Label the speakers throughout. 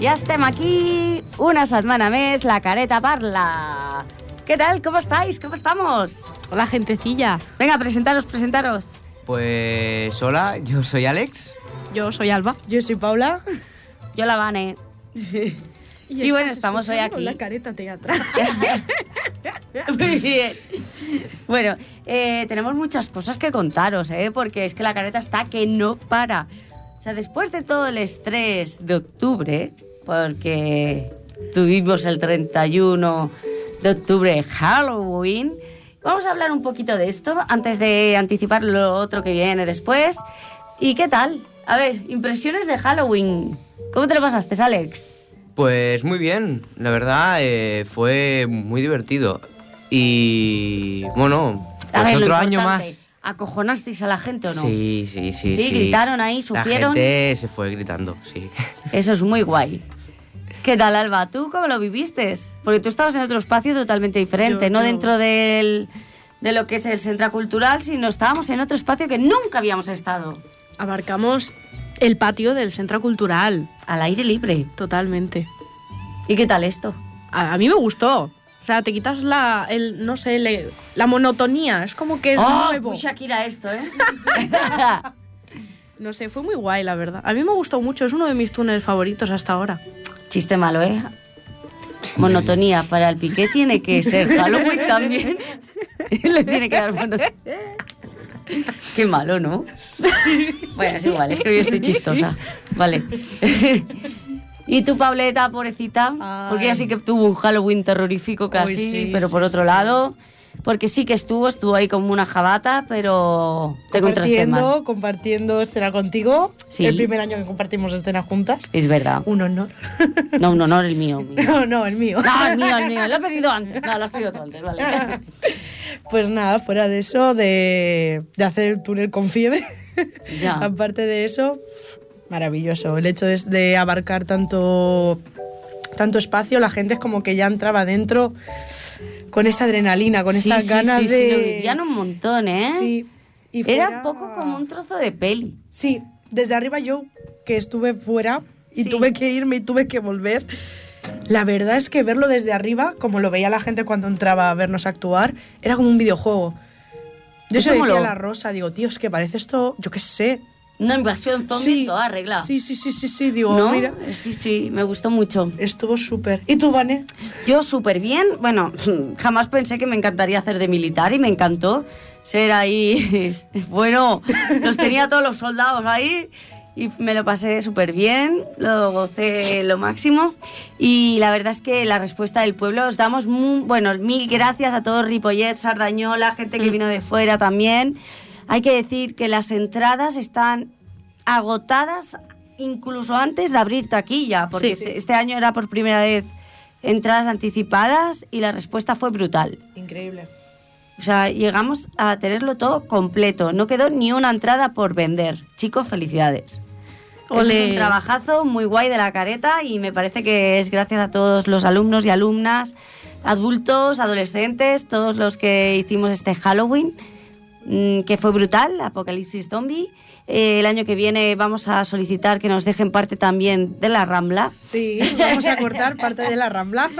Speaker 1: Estem aquí una setmana més, La Careta Parla. ¿Qué tal? ¿Cómo estáis? ¿Cómo estamos?
Speaker 2: Hola, gentecilla.
Speaker 1: Venga, presentaros, presentaros.
Speaker 3: Pues hola, yo soy Alex.
Speaker 2: Yo soy Alba.
Speaker 4: Yo soy Paula.
Speaker 1: Yo la Vane.
Speaker 4: Y,
Speaker 1: estás bueno, estamos hoy
Speaker 4: escuchando
Speaker 1: aquí.
Speaker 4: La careta teatral.
Speaker 1: Muy bien. Bueno, eh, tenemos muchas cosas que contaros, ¿eh? Porque es que la careta está que no para. O sea, después de todo el estrés de octubre, porque tuvimos el 31 de octubre Halloween, vamos a hablar un poquito de esto antes de anticipar lo otro que viene después. ¿Y qué tal? A ver, impresiones de Halloween. ¿Cómo te lo pasaste, Alex?
Speaker 3: Pues muy bien, la verdad eh, fue muy divertido. Y bueno,
Speaker 1: A
Speaker 3: pues
Speaker 1: ver, lo
Speaker 3: otro año
Speaker 1: importante,
Speaker 3: más.
Speaker 1: ¿Acojonasteis a la gente o no?
Speaker 3: Sí, sí, sí,
Speaker 1: Sí, gritaron ahí,
Speaker 3: La
Speaker 1: supieron.
Speaker 3: gente se fue gritando, sí.
Speaker 1: Eso es muy guay. ¿Qué tal, Alba? ¿Tú cómo lo viviste? Porque tú estabas en otro espacio totalmente diferente,
Speaker 2: Yo
Speaker 1: no
Speaker 2: no.
Speaker 1: dentro del, de lo que es el centro cultural, sino estábamos en otro espacio que nunca habíamos estado.
Speaker 2: Abarcamos el patio del centro cultural,
Speaker 1: Al aire libre.
Speaker 2: totalmente.
Speaker 1: ¿Y qué tal esto?
Speaker 2: A, a mí me gustó. O sea, te quitas la, el, no sé, le- la monotonía. Es como que es
Speaker 1: ¡Oh,
Speaker 2: nuevo.
Speaker 1: muy Shakira esto, ¿eh?
Speaker 2: No sé, fue muy guay, la verdad. A mí me gustó mucho. Es uno de mis túneles favoritos hasta ahora.
Speaker 1: Chiste malo, ¿eh? Monotonía para el piqué tiene que ser Halloween también. Le tiene que dar monotonía. Qué malo, ¿no? Bueno, es igual, es que hoy estoy chistosa. Vale. ¿Y tu Pableta, pobrecita? Porque ella sí que tuvo un Halloween terrorífico casi,
Speaker 4: sí,
Speaker 1: pero por
Speaker 4: sí,
Speaker 1: otro lado, porque sí que estuvo, estuvo ahí como una jabata, pero te contraste mal.
Speaker 4: compartiendo, compartiendo escena contigo.
Speaker 1: Sí.
Speaker 4: El primer año que compartimos escena juntas.
Speaker 1: Es verdad.
Speaker 4: Un honor.
Speaker 1: No, un honor el mío. el mío.
Speaker 4: No, no, el mío.
Speaker 1: No, el mío, el mío. Lo he pedido antes. No, lo has pedido tú antes, vale.
Speaker 4: Pues nada, fuera de eso, de, de hacer el túnel con fiebre.
Speaker 1: Ya.
Speaker 4: Aparte de eso, maravilloso. El hecho es de abarcar tanto, tanto espacio, la gente es como que ya entraba dentro con esa adrenalina, con
Speaker 1: Sí,
Speaker 4: esas
Speaker 1: sí,
Speaker 4: ganas
Speaker 1: sí, sí,
Speaker 4: de...
Speaker 1: lo vivían un montón, ¿eh?
Speaker 4: Sí. Y
Speaker 1: Era
Speaker 4: fuera-
Speaker 1: un poco como un trozo de peli.
Speaker 4: Sí, desde arriba yo que estuve fuera y
Speaker 1: Sí.
Speaker 4: tuve que irme y tuve que volver. La verdad es que verlo desde arriba, como lo veía la gente cuando entraba a vernos actuar, era como un videojuego. Yo
Speaker 1: Eso
Speaker 4: se lo decía
Speaker 1: moló.
Speaker 4: a la Rosa, digo, tío, es que parece esto, yo qué sé.
Speaker 1: Una invasión zombie toda arreglada.
Speaker 4: Sí, sí, sí, sí, sí, digo,
Speaker 1: ¿No?
Speaker 4: mira,
Speaker 1: Sí, sí, me gustó mucho.
Speaker 4: estuvo súper. ¿Y tú, Vane?
Speaker 1: Yo súper bien, bueno, jamás pensé que me encantaría hacer de militar y me encantó ser ahí. Bueno, los tenía todos los soldados ahí y me lo pasé súper bien, lo gocé lo máximo y la verdad es que la respuesta del pueblo os damos, mu- bueno, mil gracias a todos Ripollet, Sardañola, gente
Speaker 4: Mm.
Speaker 1: que vino de fuera también. Hay que decir que las entradas están agotadas incluso antes de abrir taquilla, porque
Speaker 2: Sí.
Speaker 1: se- este año era por primera vez entradas anticipadas y la respuesta fue brutal.
Speaker 4: Increíble.
Speaker 1: O sea, llegamos a tenerlo todo completo, no quedó ni una entrada por vender. Chicos, felicidades. Eso Es
Speaker 2: Ole.
Speaker 1: un trabajazo muy guay de la careta y me parece que es gracias a todos los alumnos y alumnas, adultos, adolescentes, todos los que hicimos este Halloween, mm, que fue brutal, Apocalipsis Zombie. Eh, el año que viene vamos a solicitar que nos dejen parte también de la Rambla.
Speaker 4: Sí, vamos a cortar parte de la rambla.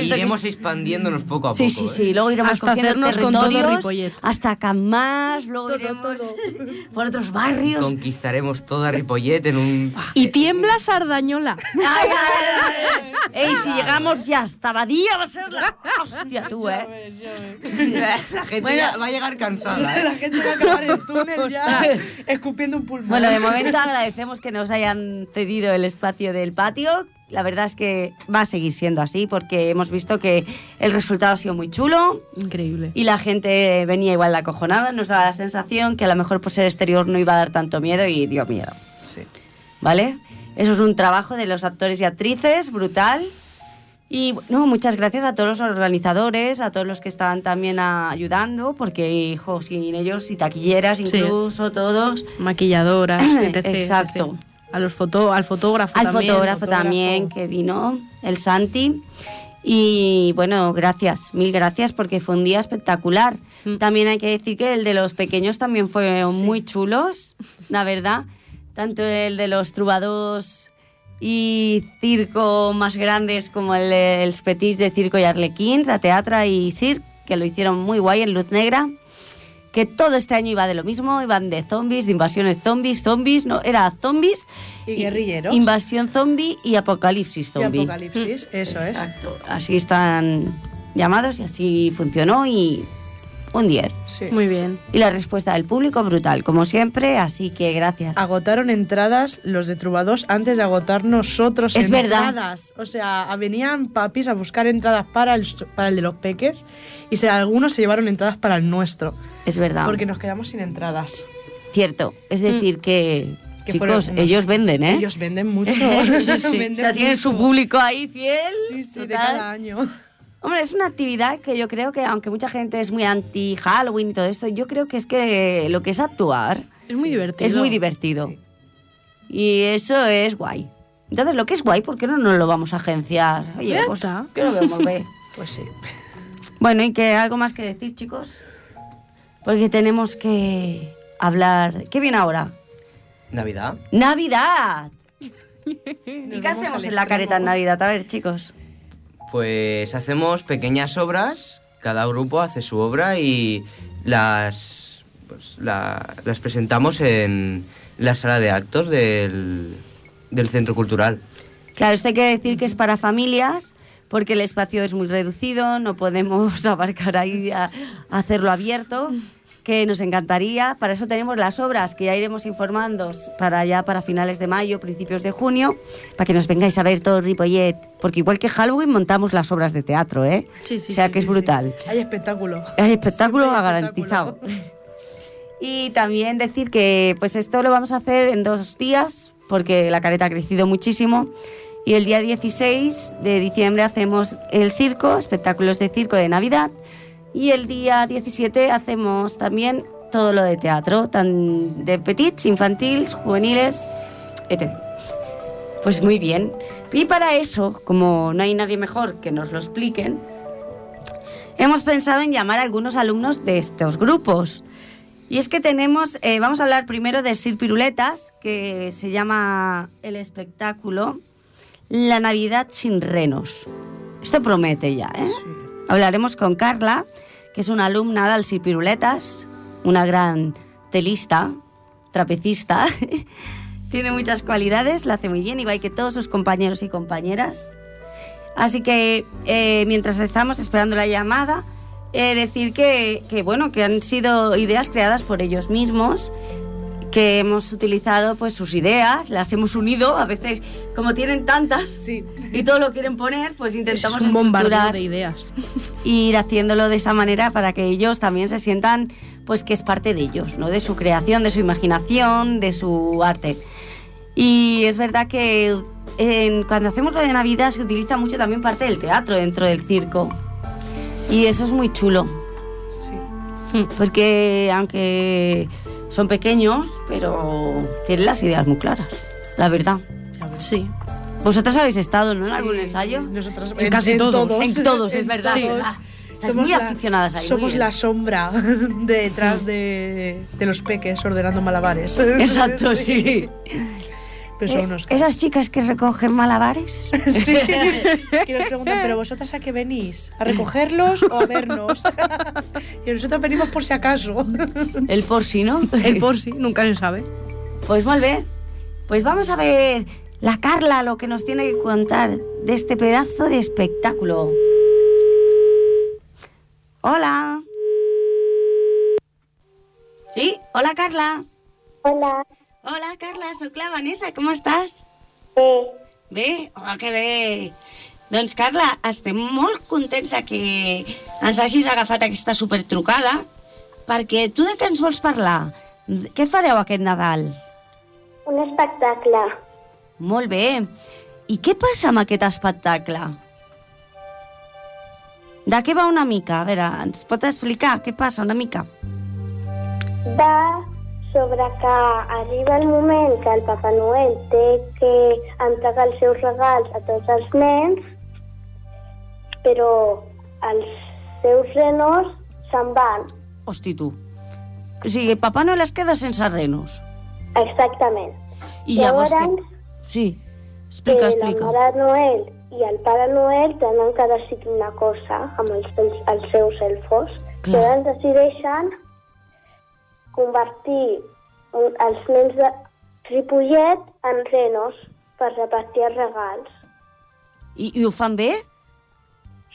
Speaker 3: Iremos expandiéndonos poco a
Speaker 1: Sí,
Speaker 3: poco.
Speaker 1: sí,
Speaker 3: ¿eh?
Speaker 1: sí. Luego iremos
Speaker 2: Hasta
Speaker 1: cogiendo
Speaker 2: hacernos con todo
Speaker 1: territorios,
Speaker 2: Ripollet.
Speaker 1: hasta Camás, luego
Speaker 4: Todo,
Speaker 1: iremos
Speaker 4: todo.
Speaker 1: por otros barrios.
Speaker 3: Conquistaremos toda Ripollet en un...
Speaker 1: Ah.
Speaker 2: Y tiembla Sardañola.
Speaker 1: Ay, ay, ay, ay. Ey, si llegamos ya hasta Badía va a ser la hostia tú, eh.
Speaker 3: La gente ya va a llegar cansada, ¿eh?
Speaker 4: La gente va a acabar el túnel ya escupiendo un pulmón.
Speaker 1: Bueno, de momento agradecemos que nos hayan cedido el espacio del patio. La verdad es que va a seguir siendo así porque hemos visto que el resultado ha sido muy chulo.
Speaker 2: Increíble.
Speaker 1: Y la gente venía igual de acojonada, nos daba la sensación que a lo mejor por ser exterior no iba a dar tanto miedo y dio miedo. ¿Vale? Eso es un trabajo de los actores y actrices brutal. Y no, muchas gracias a todos los organizadores, a todos los que estaban también ah, ayudando, porque, hijo, sin ellos, y taquilleras incluso, todos.
Speaker 2: Maquilladoras, etc.
Speaker 1: Exacto.
Speaker 2: etc.. A los foto, al fotógrafo
Speaker 1: Al
Speaker 2: también.
Speaker 1: fotógrafo,
Speaker 4: fotógrafo.
Speaker 1: también que vino, el Santi. Y bueno, gracias, mil gracias porque fue un día espectacular.
Speaker 2: Mm.
Speaker 1: También hay que decir que el de los pequeños también fue muy chulos, la verdad. Tanto el de los trubados i circo más grandes como el, de- els petits de circo y arlequins, de teatro y circo, que lo hicieron muy guay en Luz Negra, que todo este año iba de lo mismo, iban de zombies, de invasiones zombies, zombies, no, era zombies...
Speaker 4: Y guerrilleros.
Speaker 1: Invasión zombie y apocalipsis
Speaker 4: Y
Speaker 1: zombie.
Speaker 3: Mm.
Speaker 4: Apocalipsis, eso es.
Speaker 1: Exacto, así están llamados y así funcionó y un 10.
Speaker 4: Sí.
Speaker 2: Muy bien.
Speaker 1: Y la respuesta del público brutal, como siempre, así que gracias.
Speaker 4: Agotaron entradas los de Trubados antes de agotar nosotros
Speaker 1: Es verdad.
Speaker 4: entradas. O sea, venían papis a buscar entradas para el, para el de los peques y se- algunos se llevaron entradas para el nuestro.
Speaker 1: Es verdad.
Speaker 4: Porque nos quedamos sin entradas.
Speaker 1: Cierto, es decir que,
Speaker 4: Mm. Que fueron
Speaker 1: chicos,
Speaker 4: unos-
Speaker 1: ellos venden, ¿eh?
Speaker 4: Ellos venden mucho.
Speaker 1: Sí, sí.
Speaker 4: Venden
Speaker 1: o sea, tienen su
Speaker 4: mucho.
Speaker 1: público ahí fiel.
Speaker 4: Sí, sí, de
Speaker 1: total.
Speaker 4: cada año.
Speaker 1: Hombre, es una actividad que yo creo que, aunque mucha gente es muy anti Halloween y todo esto, yo creo que es que lo que es actuar
Speaker 2: Es muy divertido.
Speaker 1: es muy divertido. Y eso es guay. Entonces, lo que es guay, ¿por qué no nos lo vamos a agenciar? Oye,
Speaker 2: Ya
Speaker 1: pues,
Speaker 2: está.
Speaker 1: que lo vemos, ve.
Speaker 4: Pues sí.
Speaker 1: Bueno, ¿y que algo más que decir, chicos? Porque tenemos que hablar... ¿Qué viene ahora?
Speaker 3: ¿Navidad?
Speaker 1: ¡Navidad!
Speaker 4: Nos
Speaker 1: ¿Y qué
Speaker 4: vamos
Speaker 1: hacemos
Speaker 4: al
Speaker 1: en la
Speaker 4: extremo.
Speaker 1: careta en Navidad? A ver, chicos.
Speaker 3: Pues hacemos pequeñas obras, cada grupo hace su obra y las, pues, la- las presentamos en la sala de actos del, del centro cultural.
Speaker 1: Claro, esto hay que decir que es para familias, porque el espacio es muy reducido, no podemos abarcar ahí a, a hacerlo abierto, que nos encantaría. Para eso tenemos las obras que ya iremos informando para ya para finales de mayo, principios de junio, para que nos vengáis a ver todo Ripollet, porque igual que Halloween montamos las obras de teatro, ¿eh?
Speaker 2: Sí, sí,
Speaker 1: O sea
Speaker 2: sí,
Speaker 1: que es brutal.
Speaker 4: Hay espectáculo.
Speaker 1: Hay espectáculo
Speaker 4: Siempre hay
Speaker 1: garantizado.
Speaker 4: espectáculo.
Speaker 1: Y también decir que pues esto lo vamos a hacer en dos días, porque la careta ha crecido muchísimo. Y el día 16 de diciembre hacemos el circo, espectáculos de circo de Navidad. Y el día 17 hacemos también todo lo de teatro, tan de petits, infantiles, juveniles, etc. Pues muy bien. Y para eso, como no hay nadie mejor que nos lo expliquen, hemos pensado en llamar a algunos alumnos de estos grupos. Y es que tenemos, eh, vamos a hablar primero de Sir Piruletas, que se llama el espectáculo La Navidad sin Renos. Esto promete ya, ¿eh? Hablaremos con Carla, que es una alumna del Sir Piruletas, una gran telista, trapecista. Tiene muchas cualidades, la hace muy bien, igual que todos sus compañeros y compañeras. Así que eh, mientras estamos esperando la llamada, eh, decir que, que, bueno, que han sido ideas creadas por ellos mismos, que hemos utilizado pues sus ideas, las hemos unido, a veces como tienen tantas
Speaker 4: Sí.
Speaker 1: y todo lo quieren poner, pues
Speaker 2: Es
Speaker 1: intentamos
Speaker 2: un bombardeo
Speaker 1: estructurar
Speaker 2: de ideas.
Speaker 1: y ir haciéndolo de esa manera para que ellos también se sientan pues que es parte de ellos, ¿no? De su creación, de su imaginación, de su arte. Y es verdad que en- cuando hacemos lo de Navidad se utiliza mucho también parte del teatro dentro del circo. Y eso es muy chulo, Mm,
Speaker 4: sí.
Speaker 1: porque aunque son pequeños, pero tienen las ideas muy claras, la verdad.
Speaker 2: Sí.
Speaker 1: Vosotros habéis estado, ¿no? En
Speaker 4: Sí,
Speaker 1: algún ensayo.
Speaker 4: Nosotras
Speaker 2: En casi todos.
Speaker 1: En todos, es verdad,
Speaker 4: todos.
Speaker 1: es verdad. Estáis
Speaker 4: Somos
Speaker 1: muy
Speaker 4: la-
Speaker 1: aficionadas ahí, muy
Speaker 4: Somos
Speaker 1: bien.
Speaker 4: la sombra detrás de, de los peques ordenando malabares.
Speaker 1: Exacto, sí.
Speaker 4: Pero son unos
Speaker 1: Eh, Esas chicas que recogen malabares.
Speaker 4: c- sí. Que nos preguntan, ¿pero vosotras a qué venís? ¿A recogerlos o a vernos? y nosotros venimos por si acaso.
Speaker 1: El por si, ¿no?
Speaker 2: El por sí, nunca se sabe.
Speaker 1: Pues muy bien. Pues vamos a ver la Carla lo que nos tiene que contar de este pedazo de espectáculo. Hola. Sí, hola Carla.
Speaker 5: Hola,
Speaker 1: Hola Carla, soy la Vanessa, ¿cómo estàs?
Speaker 5: bé,
Speaker 1: Bé, oh, que bé. Doncs Carla, estem molt contents de que ens hagis agafat aquesta supertrucada perquè tu de què ens vols parlar? Què fareu aquest Nadal?
Speaker 5: un espectacle.
Speaker 1: Molt bé. I què passa amb aquest espectacle? De què va una mica? A veure, ens pot explicar què passa una mica?
Speaker 5: Va sobre que arriba el moment que el Papa Noel té que entregar els seus regals a tots els nens, però els seus renos se'n van.
Speaker 1: Hosti, tu. O sigui, Papà Noel es queda sense renos.
Speaker 5: Exactament.
Speaker 1: I llavors...
Speaker 5: Llavors,
Speaker 1: Que... Sí.
Speaker 2: Explica,
Speaker 6: que
Speaker 2: explica.
Speaker 6: Eh, la Mare Noel i el Pare Noel tenen que decidir una cosa amb els, seus- els seus elfos.
Speaker 1: Clar.
Speaker 6: Que ells decideixen convertir un- els nens de Ripollet en renos per repartir els regals.
Speaker 1: I, I ho fan bé?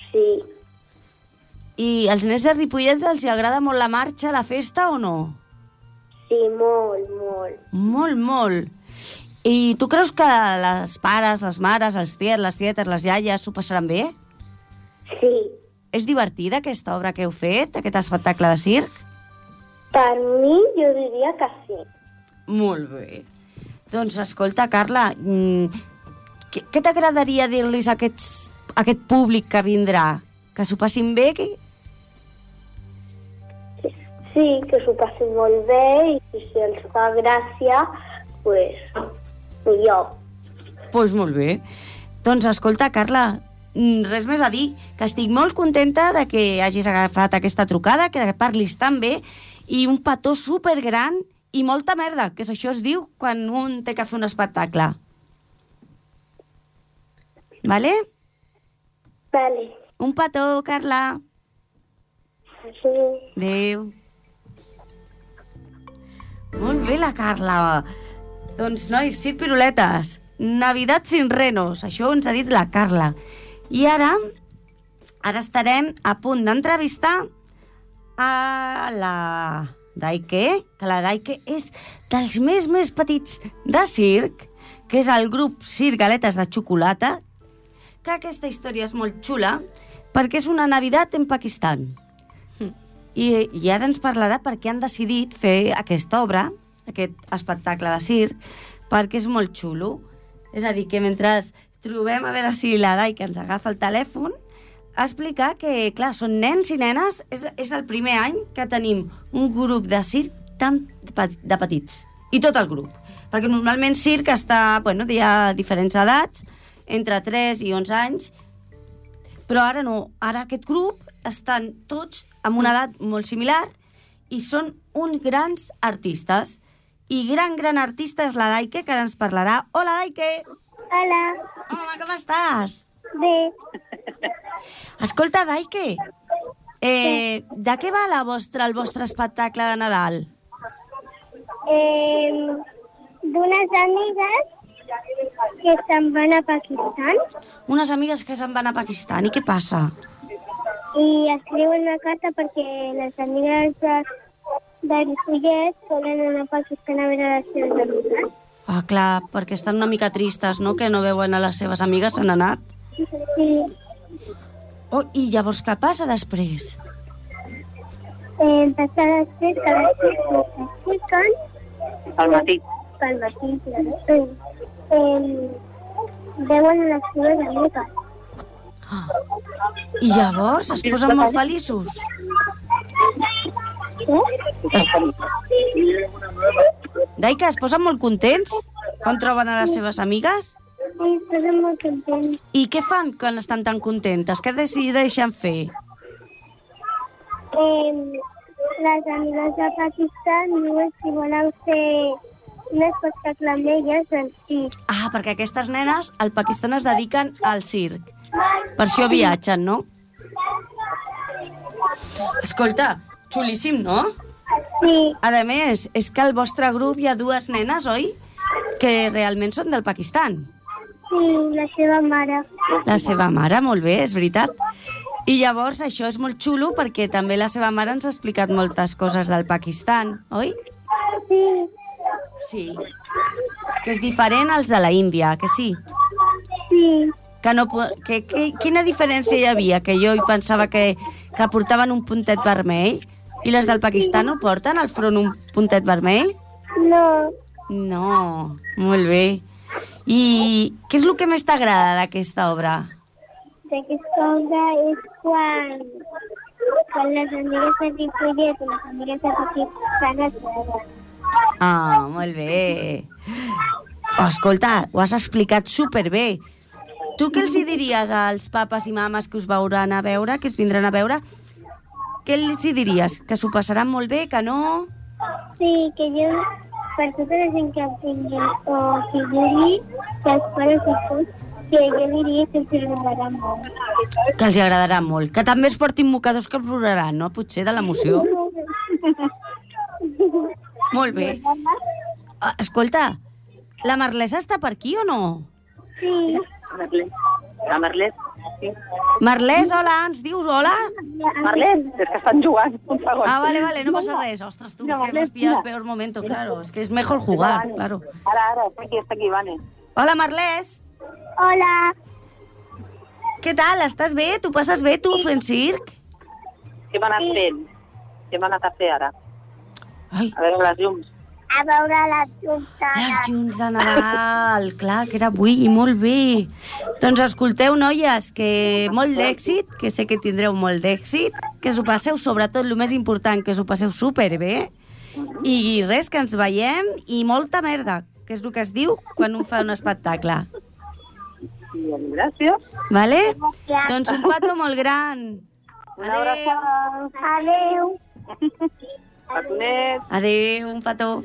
Speaker 6: Sí,
Speaker 1: I als nens de Ripollet els hi agrada molt la marxa, la festa o no?
Speaker 6: sí, molt, molt.
Speaker 1: Molt, molt. I tu creus que les pares, les mares, els tiets, les tietes, les iaies s'ho passaran bé?
Speaker 6: Sí,
Speaker 1: És divertida aquesta obra que heu fet, aquest espectacle de circ?
Speaker 6: per mi jo diria que sí.
Speaker 1: Molt bé. Doncs escolta, Carla, mm, què, què t'agradaria dir-los a, aquests, a aquest públic que vindrà? Que s'ho passin bé? Que...
Speaker 6: Sí, que s'ho passin molt bé i si els fa gràcia, doncs pues, millor.
Speaker 1: Doncs pues molt bé. Doncs escolta, Carla, mm, res més a dir, que estic molt contenta de que hagis agafat aquesta trucada, que parlis tan bé, i un petó supergran i molta merda, que és això es diu quan un té que fer un espectacle. Vale?
Speaker 6: Vale,
Speaker 1: Un petó, Carla.
Speaker 6: sí.
Speaker 1: Adéu. Molt bé, la Carla. Doncs, nois, circ piruletes. Navidad sin renos. Això ens ha dit la Carla. I ara, ara estarem a punt d'entrevistar a la Daike, que la Daike és dels més més petits de circ, que és el grup Circ Galetes de Xocolata, que aquesta història és molt xula perquè és una Navidad en Pakistan. I, I ara ens parlarà per què han decidit fer aquesta obra, aquest espectacle de circ, perquè és molt xulo. És a dir, que mentre trobem, a veure si la Dai, que ens agafa el telèfon, explicar que, clar, són nens i nenes, és, és el primer any que tenim un grup de circ tan pe- de petits. I tot el grup. Perquè normalment circ està, bueno, hi ha diferents edats, entre 3 i 11 anys, però ara no. Ara aquest grup estan tots amb una edat molt similar i són uns grans artistes. I gran, gran artista és la Daike, que ara ens parlarà. Hola, Daike!
Speaker 6: Hola,
Speaker 1: Hola, com estàs?
Speaker 6: bé,
Speaker 1: Escolta, Daike, eh, de què va la vostra, el vostre espectacle de Nadal?
Speaker 6: eh, d'unes amigues que se'n van a Pakistan
Speaker 1: Unes amigues que se'n van a Pakistan. I què passa?
Speaker 6: i escriuen una carta perquè les amigues de, de Ripollet volen anar a Pakistan a veure les seves amigues.
Speaker 1: Ah, clar, perquè estan una mica tristes, no?, que no veuen a les seves amigues, s'han anat.
Speaker 6: Sí,
Speaker 1: Oh, I llavors què passa després?
Speaker 6: eh, passar després que les amigues s'expliquen
Speaker 7: al matí.
Speaker 6: pel matí, claro. Sí. Eh, veuen les seves amigues.
Speaker 1: I llavors es posen molt feliços.
Speaker 6: Sí?
Speaker 1: Daika, es posen molt contents quan troben a les seves amigues?
Speaker 6: Sí, estem molt contents.
Speaker 1: I què fan quan estan tan contentes? Què decideixen fer?
Speaker 6: Eh, les amigues de Pakistan diuen si volen fer un espectacle amb elles, doncs sí.
Speaker 1: Ah, perquè aquestes nenes al Pakistan es dediquen al circ. Per això viatgen, no? Escolta, xulíssim, no?
Speaker 6: Sí,
Speaker 1: A més, és que al vostre grup hi ha dues nenes, oi? Que realment són del Pakistan.
Speaker 6: sí, la seva mare.
Speaker 1: La seva mare, molt bé, és veritat. I llavors això és molt xulo perquè també la seva mare ens ha explicat moltes coses del Pakistan, oi?
Speaker 6: Sí,
Speaker 1: Sí. Que és diferent als de la Índia, que sí?
Speaker 6: sí,
Speaker 1: Que no, po- que, que, quina diferència hi havia? Que jo hi pensava que, que portaven un puntet vermell i les del Pakistan no porten al front un puntet vermell?
Speaker 6: no.
Speaker 1: No, molt bé. I què és el que més t'agrada d'aquesta obra?
Speaker 6: D'aquesta obra és quan, quan les amigues de Ripollet i les amigues de Pakistan es veuen.
Speaker 1: Ah, molt bé. Escolta, ho has explicat superbé. Tu què els hi diries als papes i mames que us veuran a veure, que es vindran a veure? Què els hi diries? Que s'ho passaran molt bé, que no?
Speaker 6: Sí, que jo
Speaker 5: per totes les encantines o figuri que els pares i tots, que jo diria que els agradarà molt.
Speaker 1: que els hi agradarà molt. Que també es portin mocadors que ploraran, no? Potser de l'emoció. Molt bé. Ah, Escolta, la Marlesa està per aquí o no?
Speaker 5: Sí,
Speaker 6: Marlene. La Marlene, sí.
Speaker 1: Marlès, hola, ens dius hola?
Speaker 6: Marlene, és que estan jugant, un segon.
Speaker 1: Ah, vale, vale, no pasa res. Ostras, tú, que hemos pillado el peor momento, claro. Es que es mejor jugar, claro.
Speaker 6: Ara, ara, està aquí, està aquí, Vane.
Speaker 1: Hola, Marlès.
Speaker 5: hola,
Speaker 1: Què tal? Estàs bé? Tu passes bé, tu, fent circ?
Speaker 6: Què m'ha anat fent? Què m'ha anat a fer ara?
Speaker 1: Ai,
Speaker 6: A veure les llums.
Speaker 5: a veure la
Speaker 1: les
Speaker 5: tontada.
Speaker 1: llums de Nadal, clar, que era avui, i molt bé. Doncs escolteu, noies, que molt d'èxit, que sé que tindreu molt d'èxit, que us ho passeu, sobretot, el més important, que us ho passeu superbé, i res, que ens veiem, i molta merda, que és el que es diu quan un fa un espectacle.
Speaker 6: Bien, gràcies.
Speaker 1: Vale?
Speaker 5: Gràcies.
Speaker 1: Doncs un pato molt gran.
Speaker 6: Una abraçada.
Speaker 5: Adeu.
Speaker 6: Patonet.
Speaker 1: Adiós, un pato.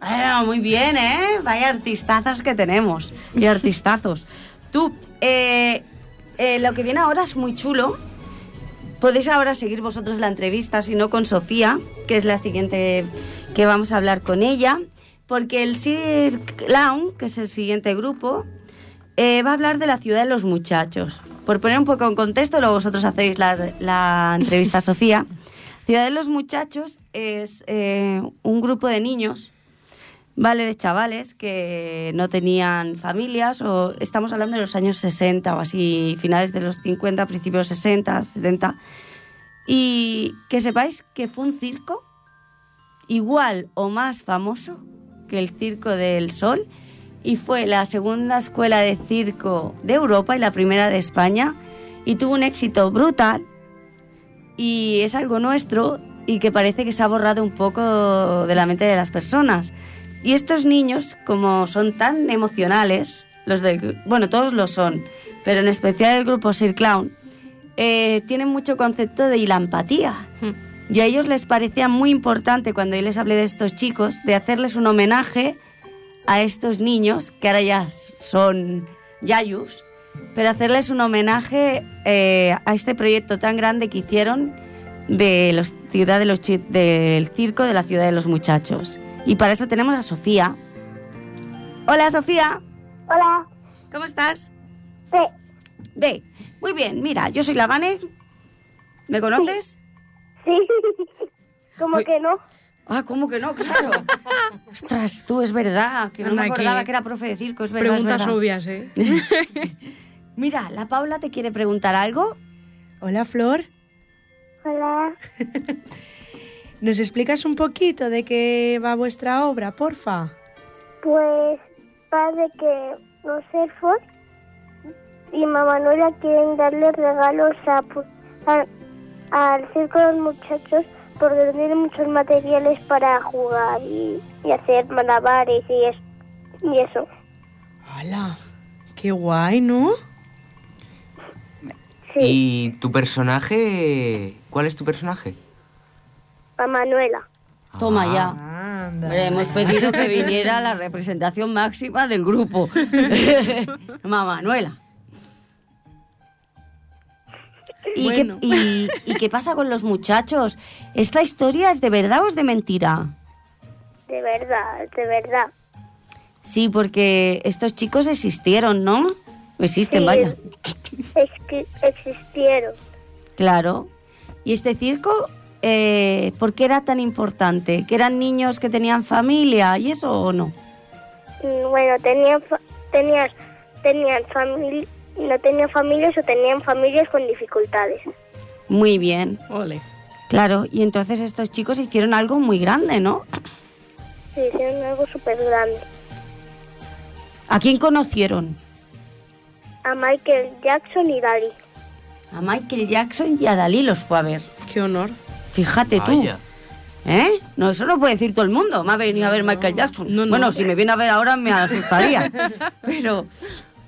Speaker 1: Bueno, muy bien, ¿eh? Vaya artistazos que tenemos. Y artistazos. Tú, eh, eh, lo que viene ahora es muy chulo. Podéis ahora seguir vosotros la entrevista, si no con Sofía, que es la siguiente que vamos a hablar con ella, porque el Cirque Clown, que es el siguiente grupo, eh, va a hablar de la ciudad de los muchachos. Por poner un poco en contexto, luego vosotros hacéis la, la entrevista a Sofía. Ciudad de los Muchachos es eh, un grupo de niños, ¿vale? De chavales que no tenían familias, o estamos hablando de los años 60 o así, finales de los 50, principios 60, 70. Y que sepáis que fue un circo igual o más famoso que el Circo del Sol y fue la segunda escuela de circo de Europa y la primera de España y tuvo un éxito brutal y es algo nuestro y que parece que se ha borrado un poco de la mente de las personas. Y estos niños, como son tan emocionales, los del, gru- bueno, todos lo son, pero en especial el grupo Sir Clown, eh, tienen mucho concepto de la empatía. Y a ellos les parecía muy importante cuando yo les hablé de estos chicos, de hacerles un homenaje a estos niños, que ahora ya son yayus, pero hacerles un homenaje eh, a este proyecto tan grande que hicieron de los ciudad de los chi- del circo de la ciudad de los muchachos. Y para eso tenemos a Sofía. Hola Sofía,
Speaker 5: Hola.
Speaker 1: ¿cómo estás?
Speaker 5: Sí,
Speaker 1: Ve, muy bien, mira, yo soy la Vane. ¿Me conoces?
Speaker 5: sí. Como que no.
Speaker 1: Ah, ¿cómo que no? Claro. Ostras, tú es verdad, que no
Speaker 2: Anda,
Speaker 1: me acordaba
Speaker 2: que-
Speaker 1: que... era profe de circo, es verdad. es
Speaker 2: Preguntas
Speaker 1: verdad.
Speaker 2: obvias, ¿eh?
Speaker 1: Mira, la Paula te quiere preguntar algo.
Speaker 4: Hola, Flor.
Speaker 5: Hola.
Speaker 4: ¿Nos explicas un poquito de qué va vuestra obra, porfa?
Speaker 5: Pues padre que los elfos y mamá Noela quieren darle regalos a, pu- a- al circo de los muchachos porque tienen muchos materiales para jugar y, y hacer malabares y, es- y eso.
Speaker 4: Hola. Qué guay, ¿no?
Speaker 5: Sí,
Speaker 3: ¿Y tu personaje? ¿Cuál es tu personaje?
Speaker 5: mamá Manuela.
Speaker 1: Toma
Speaker 3: Ah.
Speaker 1: ya.
Speaker 4: Anda.
Speaker 1: Hombre, hemos pedido que viniera la representación máxima del grupo. Mamá Manuela. ¿Y,
Speaker 2: Bueno.
Speaker 1: qué, y, y qué pasa con los muchachos? ¿Esta historia es de verdad o es de mentira?
Speaker 5: De verdad, de verdad.
Speaker 1: Sí, porque estos chicos existieron, ¿no? O Existen,
Speaker 5: Sí.
Speaker 1: vaya.
Speaker 5: Es que existieron.
Speaker 1: Claro. ¿Y este circo eh, por qué era tan importante? ¿Que eran niños que tenían familia y eso o no?
Speaker 5: Mm, Bueno, tenían, fa- tenían, tenían familia, no tenían familias o tenían familias con dificultades.
Speaker 1: Muy bien.
Speaker 2: Ole.
Speaker 1: Claro, y entonces estos chicos hicieron algo muy grande, ¿no?
Speaker 5: Sí, hicieron algo súper grande.
Speaker 1: ¿A quién conocieron?
Speaker 5: A Michael Jackson y Daddy.
Speaker 1: A Michael Jackson y a Dalí los fue a ver.
Speaker 2: Qué honor.
Speaker 1: Fíjate tú.
Speaker 3: Vaya.
Speaker 1: ¿Eh? No, eso no puede decir todo el mundo. Me ha venido a ver Michael Jackson.
Speaker 2: No, no.
Speaker 1: Bueno, si me viene a ver ahora me asustaría. Pero,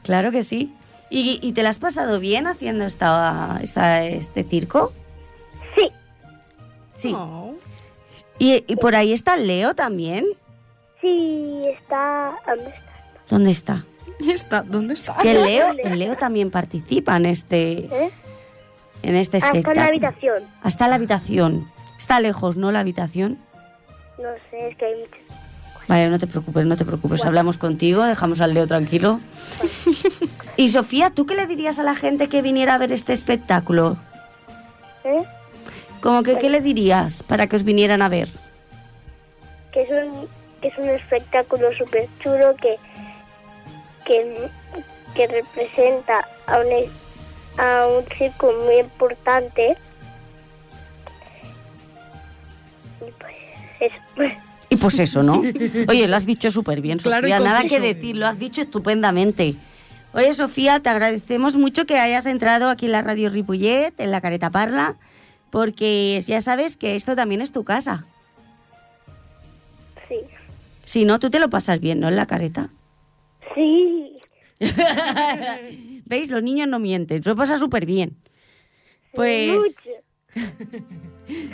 Speaker 1: claro que sí. ¿Y, y te la has pasado bien haciendo esta, esta- este circo?
Speaker 5: Sí,
Speaker 1: Sí.
Speaker 2: Oh.
Speaker 1: ¿Y, y por ahí está Leo también?
Speaker 5: Sí, está... ¿Dónde
Speaker 1: ¿Dónde está?
Speaker 5: está?
Speaker 2: ¿Y está? ¿Dónde está?
Speaker 1: Que
Speaker 5: Ah,
Speaker 1: Leo, el Leo también participa en este,
Speaker 5: ¿Eh?
Speaker 1: en este
Speaker 5: Ah,
Speaker 1: espectáculo.
Speaker 5: está en la habitación.
Speaker 1: Hasta la habitación. Está lejos, ¿no? La habitación.
Speaker 5: No sé, es que hay muchos...
Speaker 1: Vale, no te preocupes, no te preocupes. Hablamos contigo, dejamos al Leo tranquilo. y Sofía, ¿tú qué le dirías a la gente que viniera a ver este espectáculo?
Speaker 5: ¿eh? Pues
Speaker 1: Como que, ¿qué le dirías para que os vinieran a ver?
Speaker 5: Que es un, que es un espectáculo súper chulo que, que, que representa a un, es- a un circo muy importante. Y pues eso.
Speaker 1: Y pues eso, ¿no? Oye, lo has dicho súper bien, Sofía.
Speaker 2: Claro y
Speaker 1: Nada que
Speaker 2: conciso.
Speaker 1: decir, lo has dicho estupendamente. Oye, Sofía, te agradecemos mucho que hayas entrado aquí en la Radio Ripollet, en la Careta Parla, porque ya sabes que esto también es tu casa.
Speaker 5: Sí.
Speaker 1: Si no, tú te lo pasas bien, ¿no? En la careta.
Speaker 5: Sí.
Speaker 1: ¿Veis? Los niños no mienten, se lo pasa súper bien. Pues,
Speaker 5: Mucho.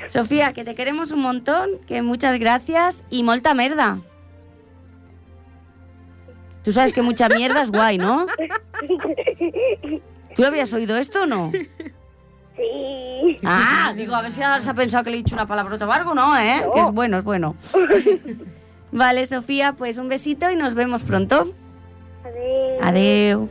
Speaker 1: Sofía, que te queremos un montón, que muchas gracias y molta merda. Tú sabes que mucha mierda es guay, ¿no? ¿Tú habías oído esto o no?
Speaker 5: Sí.
Speaker 1: Ah, digo, a ver si ahora se ha pensado que le he dicho una palabrota o algo, ¿no? ¿Eh? Que es bueno, es bueno. Vale, Sofía, pues un besito y nos vemos pronto.
Speaker 5: Adiós.
Speaker 1: Adeu.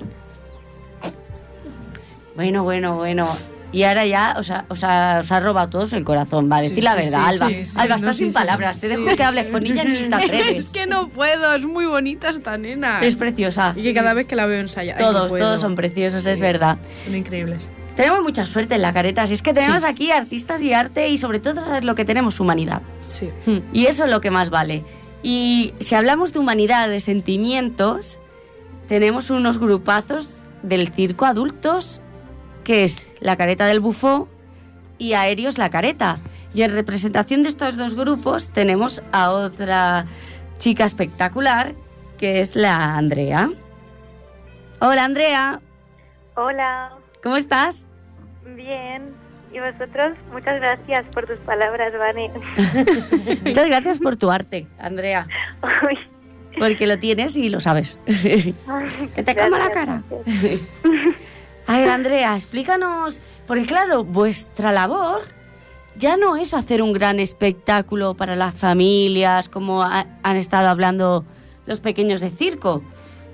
Speaker 1: Bueno, bueno, bueno. Y ahora ya os ha, os ha- os ha robado todos el corazón, va, decir la
Speaker 4: sí,
Speaker 1: verdad,
Speaker 4: sí,
Speaker 1: Alba.
Speaker 4: sí, sí,
Speaker 1: Alba,
Speaker 4: no,
Speaker 1: estás
Speaker 4: sí,
Speaker 1: sin
Speaker 4: sí.
Speaker 1: palabras, te dejo que hables con ella ni te
Speaker 2: Es
Speaker 1: atreves.
Speaker 2: que no puedo, es muy bonita esta nena.
Speaker 1: Ah. Es preciosa.
Speaker 2: Y que cada vez que la veo ensayar. ay, no
Speaker 1: Todos,
Speaker 2: puedo.
Speaker 1: todos son preciosos, es verdad.
Speaker 4: Son increíbles.
Speaker 1: Tenemos mucha suerte en la careta, si es que tenemos aquí artistas y arte y sobre todo sabes lo que tenemos, humanidad. Hmm.
Speaker 4: Sí.
Speaker 1: Y eso es lo que más vale. Y si hablamos de humanidad, de sentimientos, tenemos unos grupazos del circo adultos, que es La Careta del Bufó y Aéreos La Careta. Y en representación de estos dos grupos tenemos a otra chica espectacular, que es la Andrea. Hola Andrea,
Speaker 8: Hola,
Speaker 1: ¿cómo estás?
Speaker 8: bien. Y vosotros, muchas gracias por tus palabras, Vane.
Speaker 1: Muchas gracias por tu arte, Andrea,
Speaker 8: Ay,
Speaker 1: porque lo tienes y lo sabes.
Speaker 8: ay,
Speaker 1: Que te coma la
Speaker 8: gracias,
Speaker 1: cara.
Speaker 8: gracias.
Speaker 1: A ver, Andrea, explícanos, porque claro, vuestra labor ya no es hacer un gran espectáculo para las familias, como ha- han estado hablando los pequeños de circo.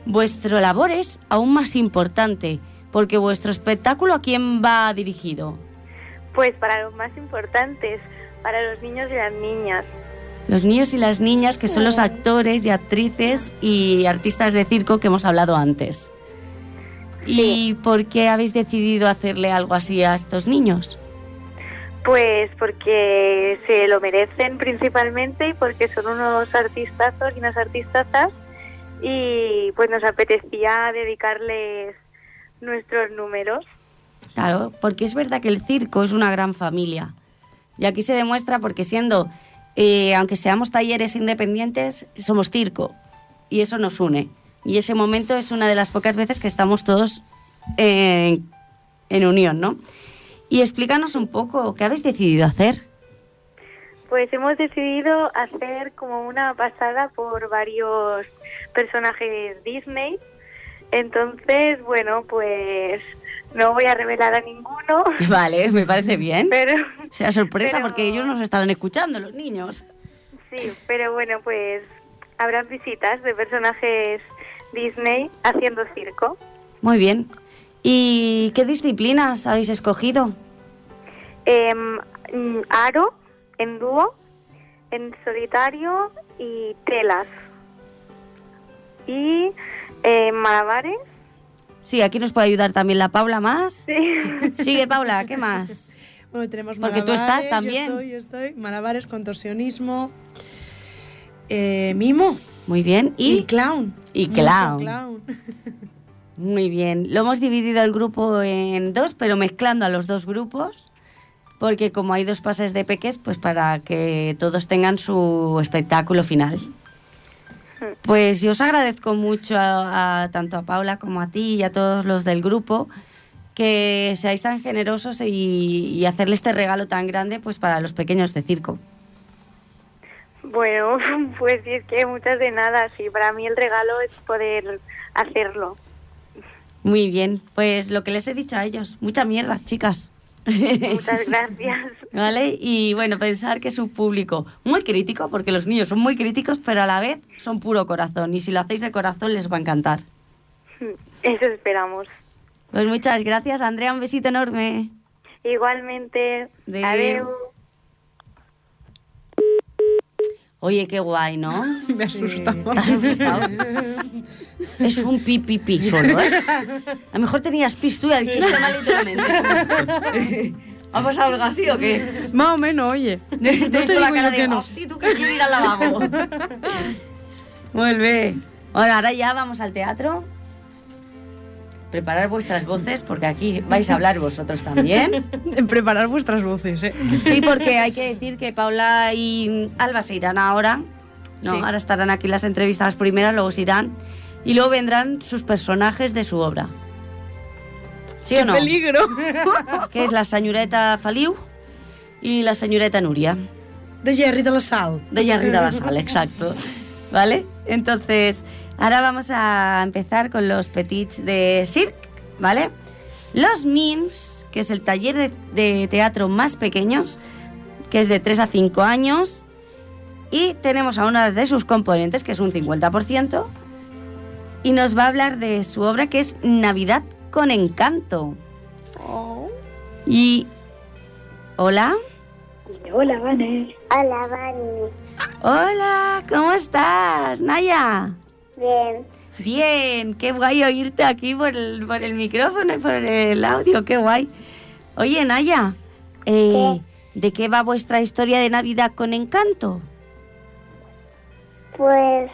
Speaker 1: Vuestra labor es aún más importante, porque vuestro espectáculo a quién va dirigido?
Speaker 8: Pues para los más importantes, para los niños y las niñas.
Speaker 1: Los niños y las niñas, que son los actores y actrices y artistas de circo que hemos hablado antes. ¿Y por qué habéis decidido hacerle algo así a estos niños?
Speaker 8: Pues porque se lo merecen principalmente y porque son unos artistazos y unas artistazas y pues nos apetecía dedicarles nuestros números.
Speaker 1: Claro, porque es verdad que el circo es una gran familia. Y aquí se demuestra porque siendo, eh, aunque seamos talleres independientes, somos circo. Y eso nos une. Y ese momento es una de las pocas veces que estamos todos eh, en unión, ¿no? Y explícanos un poco, ¿qué habéis decidido hacer?
Speaker 8: Pues hemos decidido hacer como una pasada por varios personajes Disney. Entonces, bueno, pues no voy a revelar a ninguno,
Speaker 1: Vale, me parece bien.
Speaker 8: pero
Speaker 1: Sea sorpresa
Speaker 8: pero-
Speaker 1: porque ellos nos estarán escuchando, los niños.
Speaker 8: sí, pero bueno, pues habrán visitas de personajes Disney haciendo circo.
Speaker 1: Muy bien. ¿Y qué disciplinas habéis escogido?
Speaker 8: Em, mm, aro en dúo, en solitario y telas. Y em, malabares.
Speaker 1: Sí, aquí nos puede ayudar también la Paula más.
Speaker 8: Sí.
Speaker 1: Sigue, Paula, ¿qué más?
Speaker 4: Bueno, tenemos
Speaker 1: Porque tú
Speaker 4: malabares,
Speaker 1: estás
Speaker 4: yo
Speaker 1: también.
Speaker 4: estoy, yo estoy. Malabares, contorsionismo, eh, mimo
Speaker 1: Muy bien, y
Speaker 4: clown.
Speaker 1: y
Speaker 4: Mucho
Speaker 1: clown.
Speaker 4: clown.
Speaker 1: muy bien. Lo hemos dividido el grupo en dos, pero mezclando a los dos grupos, porque como hay dos pases de peques, pues para que todos tengan su espectáculo final. Pues yo os agradezco mucho a, a- tanto a Paula como a ti y a todos los del grupo que seáis tan generosos y, y hacerle este regalo tan grande pues para los pequeños de circo.
Speaker 8: Bueno, pues sí, es que muchas de nada. Sí, para mí el regalo es poder hacerlo.
Speaker 1: Muy bien, pues lo que les he dicho a ellos, mucha mierda, chicas.
Speaker 8: Muchas gracias.
Speaker 1: ¿Vale? Y bueno, pensar que es un público muy crítico, porque los niños son muy críticos, pero a la vez son puro corazón. Y si lo hacéis de corazón, les va a encantar.
Speaker 8: Eso esperamos.
Speaker 1: Pues muchas gracias, Andrea. Un besito enorme.
Speaker 8: Igualmente.
Speaker 1: Adeu.
Speaker 8: Adiós.
Speaker 1: Oye, qué guay, ¿no?
Speaker 2: Me asusta.
Speaker 1: ¿Te has asustado? es un pi, pi, pi solo, ¿eh? A lo mejor tenías pis tú y has dicho, "Este mal literalmente". ¿Ha pasado algo así o qué?
Speaker 2: Más o menos, oye.
Speaker 1: Te he
Speaker 2: No
Speaker 1: visto
Speaker 2: te
Speaker 1: la
Speaker 2: digo
Speaker 1: cara
Speaker 2: yo
Speaker 1: de,
Speaker 2: que no.
Speaker 1: "Hosti, tú que quieres ir al lavabo. Vuelve. Bueno, ahora ya vamos al teatro. Preparar vuestras voces porque aquí vais a hablar vosotros también.
Speaker 2: Preparar vuestras voces, ¿eh?
Speaker 1: Sí, porque hay que decir que Paula y Alba se irán ahora. No,
Speaker 2: Sí.
Speaker 1: ahora estarán aquí las entrevistas primeras, luego se irán. Y luego vendrán sus personajes de su obra. ¿Sí o no?
Speaker 2: Peligro.
Speaker 1: Que es la señoreta Faliu y la señoreta Nuria.
Speaker 4: De Jerry de la Sal.
Speaker 1: De allá arriba la sala, exacto. ¿Vale? Entonces, ahora vamos a empezar con los petits de Cirque, ¿vale? Los MIMS, que es el taller de, de teatro más pequeños, que es de 3 a 5 años, y tenemos a una de sus componentes, que es un 50%, y nos va a hablar de su obra, que es Navidad con Encanto. Y... Hola.
Speaker 5: Hola, Vane. Hola, Vane.
Speaker 1: Hola, ¿cómo estás, Naya?
Speaker 5: Bien.
Speaker 1: Bien, qué guay oírte aquí por el, por el micrófono y por el audio, qué guay. Oye, Naya, eh, ¿de qué va vuestra historia de Navidad con encanto?
Speaker 5: Pues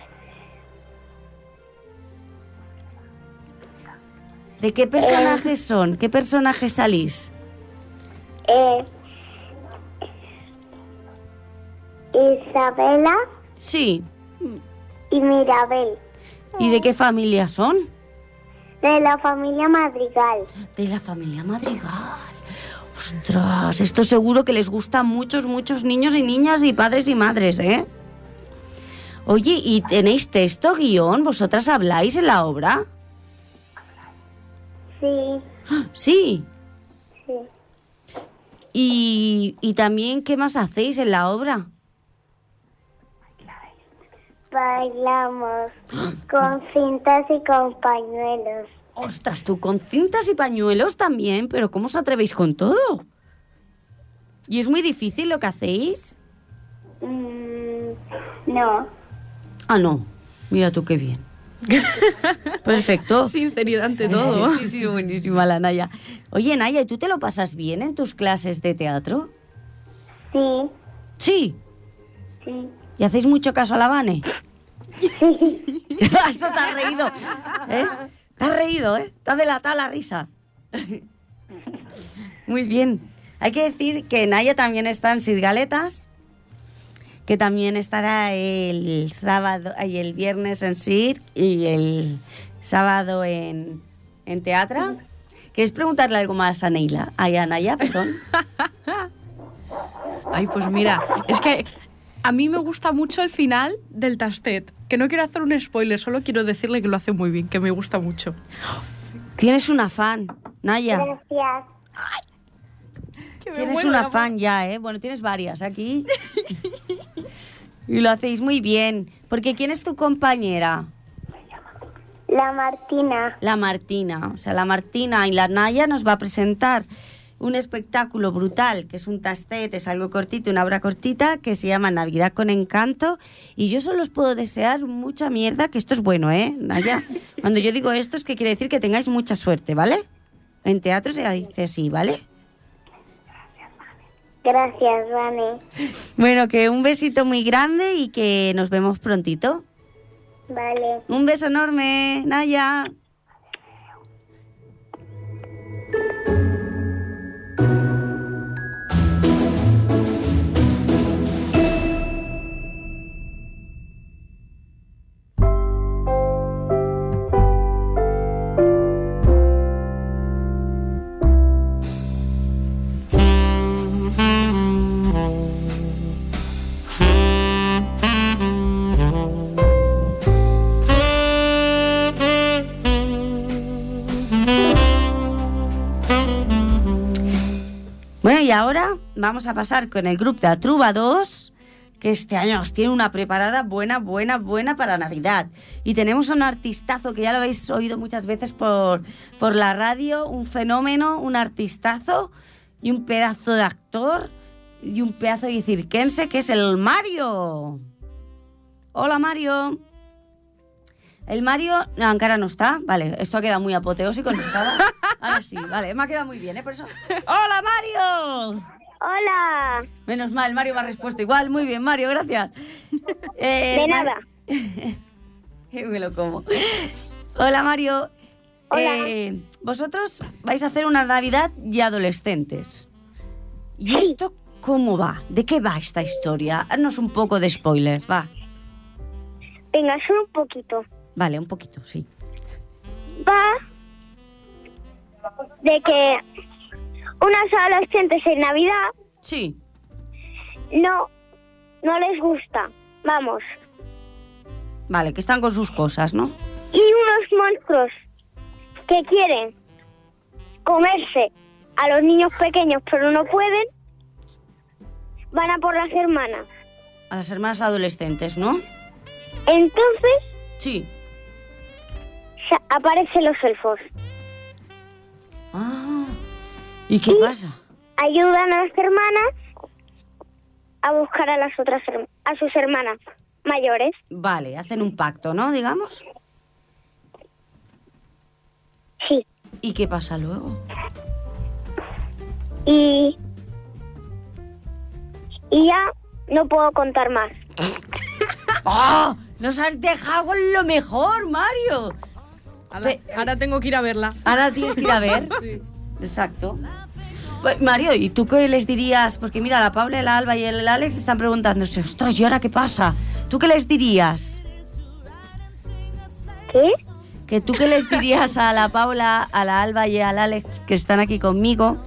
Speaker 1: ¿De qué personajes son? ¿Qué personajes salís?
Speaker 5: eh, Isabela
Speaker 1: Sí.
Speaker 5: y Mirabel,
Speaker 1: ¿Y de qué familia son?
Speaker 5: de la familia Madrigal.
Speaker 1: De la familia Madrigal. Ostras, esto seguro que les gusta a muchos, muchos niños y niñas y padres y madres, ¿eh? Oye, ¿y tenéis texto, guión? ¿Vosotras habláis en la obra?
Speaker 5: Sí,
Speaker 1: Sí.
Speaker 5: sí.
Speaker 1: Y, y también, ¿qué más hacéis en la obra?
Speaker 5: Bailamos con cintas y con pañuelos.
Speaker 1: Ostras, tú con cintas y pañuelos también, pero ¿cómo os atrevéis con todo? ¿Y es muy difícil lo que hacéis?
Speaker 5: Mm, no,
Speaker 1: Ah, no. Mira tú qué bien. Perfecto.
Speaker 2: Sinceridad ante todo.
Speaker 1: Sí, sí, buenísima la Naya. Oye, Naya, ¿y tú te lo pasas bien en tus clases de teatro?
Speaker 5: sí,
Speaker 1: Sí.
Speaker 5: sí.
Speaker 1: ¿Y hacéis mucho caso a la Vane? Eso te has reído. ¿eh? Te has reído, ¿eh? Te has delatado la risa. Muy bien. Hay que decir que Naya también está en Sirgaletas, que también estará el sábado y el viernes en Sir y el sábado en, en Teatra. ¿Quieres preguntarle algo más a Neila? Ay, a Naya, perdón.
Speaker 2: Ay, pues mira, es que a mí me gusta mucho el final del Tastet. Que no quiero hacer un spoiler, solo quiero decirle que lo hace muy bien, que me gusta mucho.
Speaker 1: Tienes una fan, Naya.
Speaker 5: Gracias.
Speaker 1: Tienes una fan ya, ¿eh? Bueno, tienes varias aquí. y lo hacéis muy bien. Porque ¿quién es tu compañera?
Speaker 5: La Martina.
Speaker 1: La Martina. O sea, la Martina y la Naya nos va a presentar un espectáculo brutal, que es un tastete, es algo cortito, una obra cortita, que se llama Navidad con Encanto. Y yo solo os puedo desear mucha mierda, que esto es bueno, ¿eh, Naya? Cuando yo digo esto es que quiere decir que tengáis mucha suerte, ¿vale? En teatro se dice así, ¿vale?
Speaker 5: Gracias, Vane.
Speaker 1: Bueno, que un besito muy grande y que nos vemos prontito.
Speaker 5: Vale.
Speaker 1: Un beso enorme, Naya. Bueno, y ahora vamos a pasar con el grupo de Atruba 2, que este año os tiene una preparada buena, buena, buena para Navidad. Y tenemos a un artistazo que ya lo habéis oído muchas veces por, por la radio, un fenómeno, un artistazo y un pedazo de actor y un pedazo de cirquense que es el Mario. Hola Mario. El Mario no, encara no está. Vale, esto ha quedado muy apoteósico, no estaba. Ahora sí, vale, me ha quedado muy bien, ¿eh? Por eso... ¡Hola, Mario!
Speaker 5: Hola,
Speaker 1: Menos mal, Mario me ha respuesto igual. Muy bien, Mario, gracias. Eh,
Speaker 5: de
Speaker 1: Mar-
Speaker 5: nada.
Speaker 1: me lo como. Hola, Mario.
Speaker 5: Hola.
Speaker 1: Eh, vosotros vais a hacer una Navidad y adolescentes. ¿Y
Speaker 5: Sí.
Speaker 1: esto cómo va? ¿De qué va esta historia? Haznos un poco de spoiler, va.
Speaker 5: Venga, solo un poquito.
Speaker 1: Vale, un poquito, sí.
Speaker 5: va de que unas adolescentes en Navidad
Speaker 1: Sí.
Speaker 5: no, no les gusta, vamos,
Speaker 1: Vale, que están con sus cosas, ¿no?
Speaker 5: y unos monstruos que quieren comerse a los niños pequeños pero no pueden, van a por las hermanas.
Speaker 1: A las hermanas adolescentes, ¿no?
Speaker 5: Entonces
Speaker 1: Sí.
Speaker 5: sa- aparecen los elfos,
Speaker 1: Ah. ¿Y qué pasa?
Speaker 5: ayudan a las hermanas a buscar a las otras herm- a sus hermanas mayores.
Speaker 1: Vale, hacen un pacto, ¿no? Digamos.
Speaker 5: Sí.
Speaker 1: ¿Y qué pasa luego?
Speaker 5: y y ya no puedo contar más.
Speaker 1: ¡Oh! ¡Nos has dejado en lo mejor, Mario!
Speaker 4: Ahora, ahora tengo que ir a verla.
Speaker 1: Ahora tienes que ir a ver.
Speaker 4: Sí.
Speaker 1: Exacto. Pues, Mario, ¿y tú qué les dirías? Porque mira, la Paula, la Alba y el Alex están preguntándose, ostras, ¿y ahora qué pasa? ¿Tú qué les dirías?
Speaker 5: ¿Qué?
Speaker 1: ¿Que tú qué les dirías a la Paula, a la Alba y al Alex que están aquí conmigo?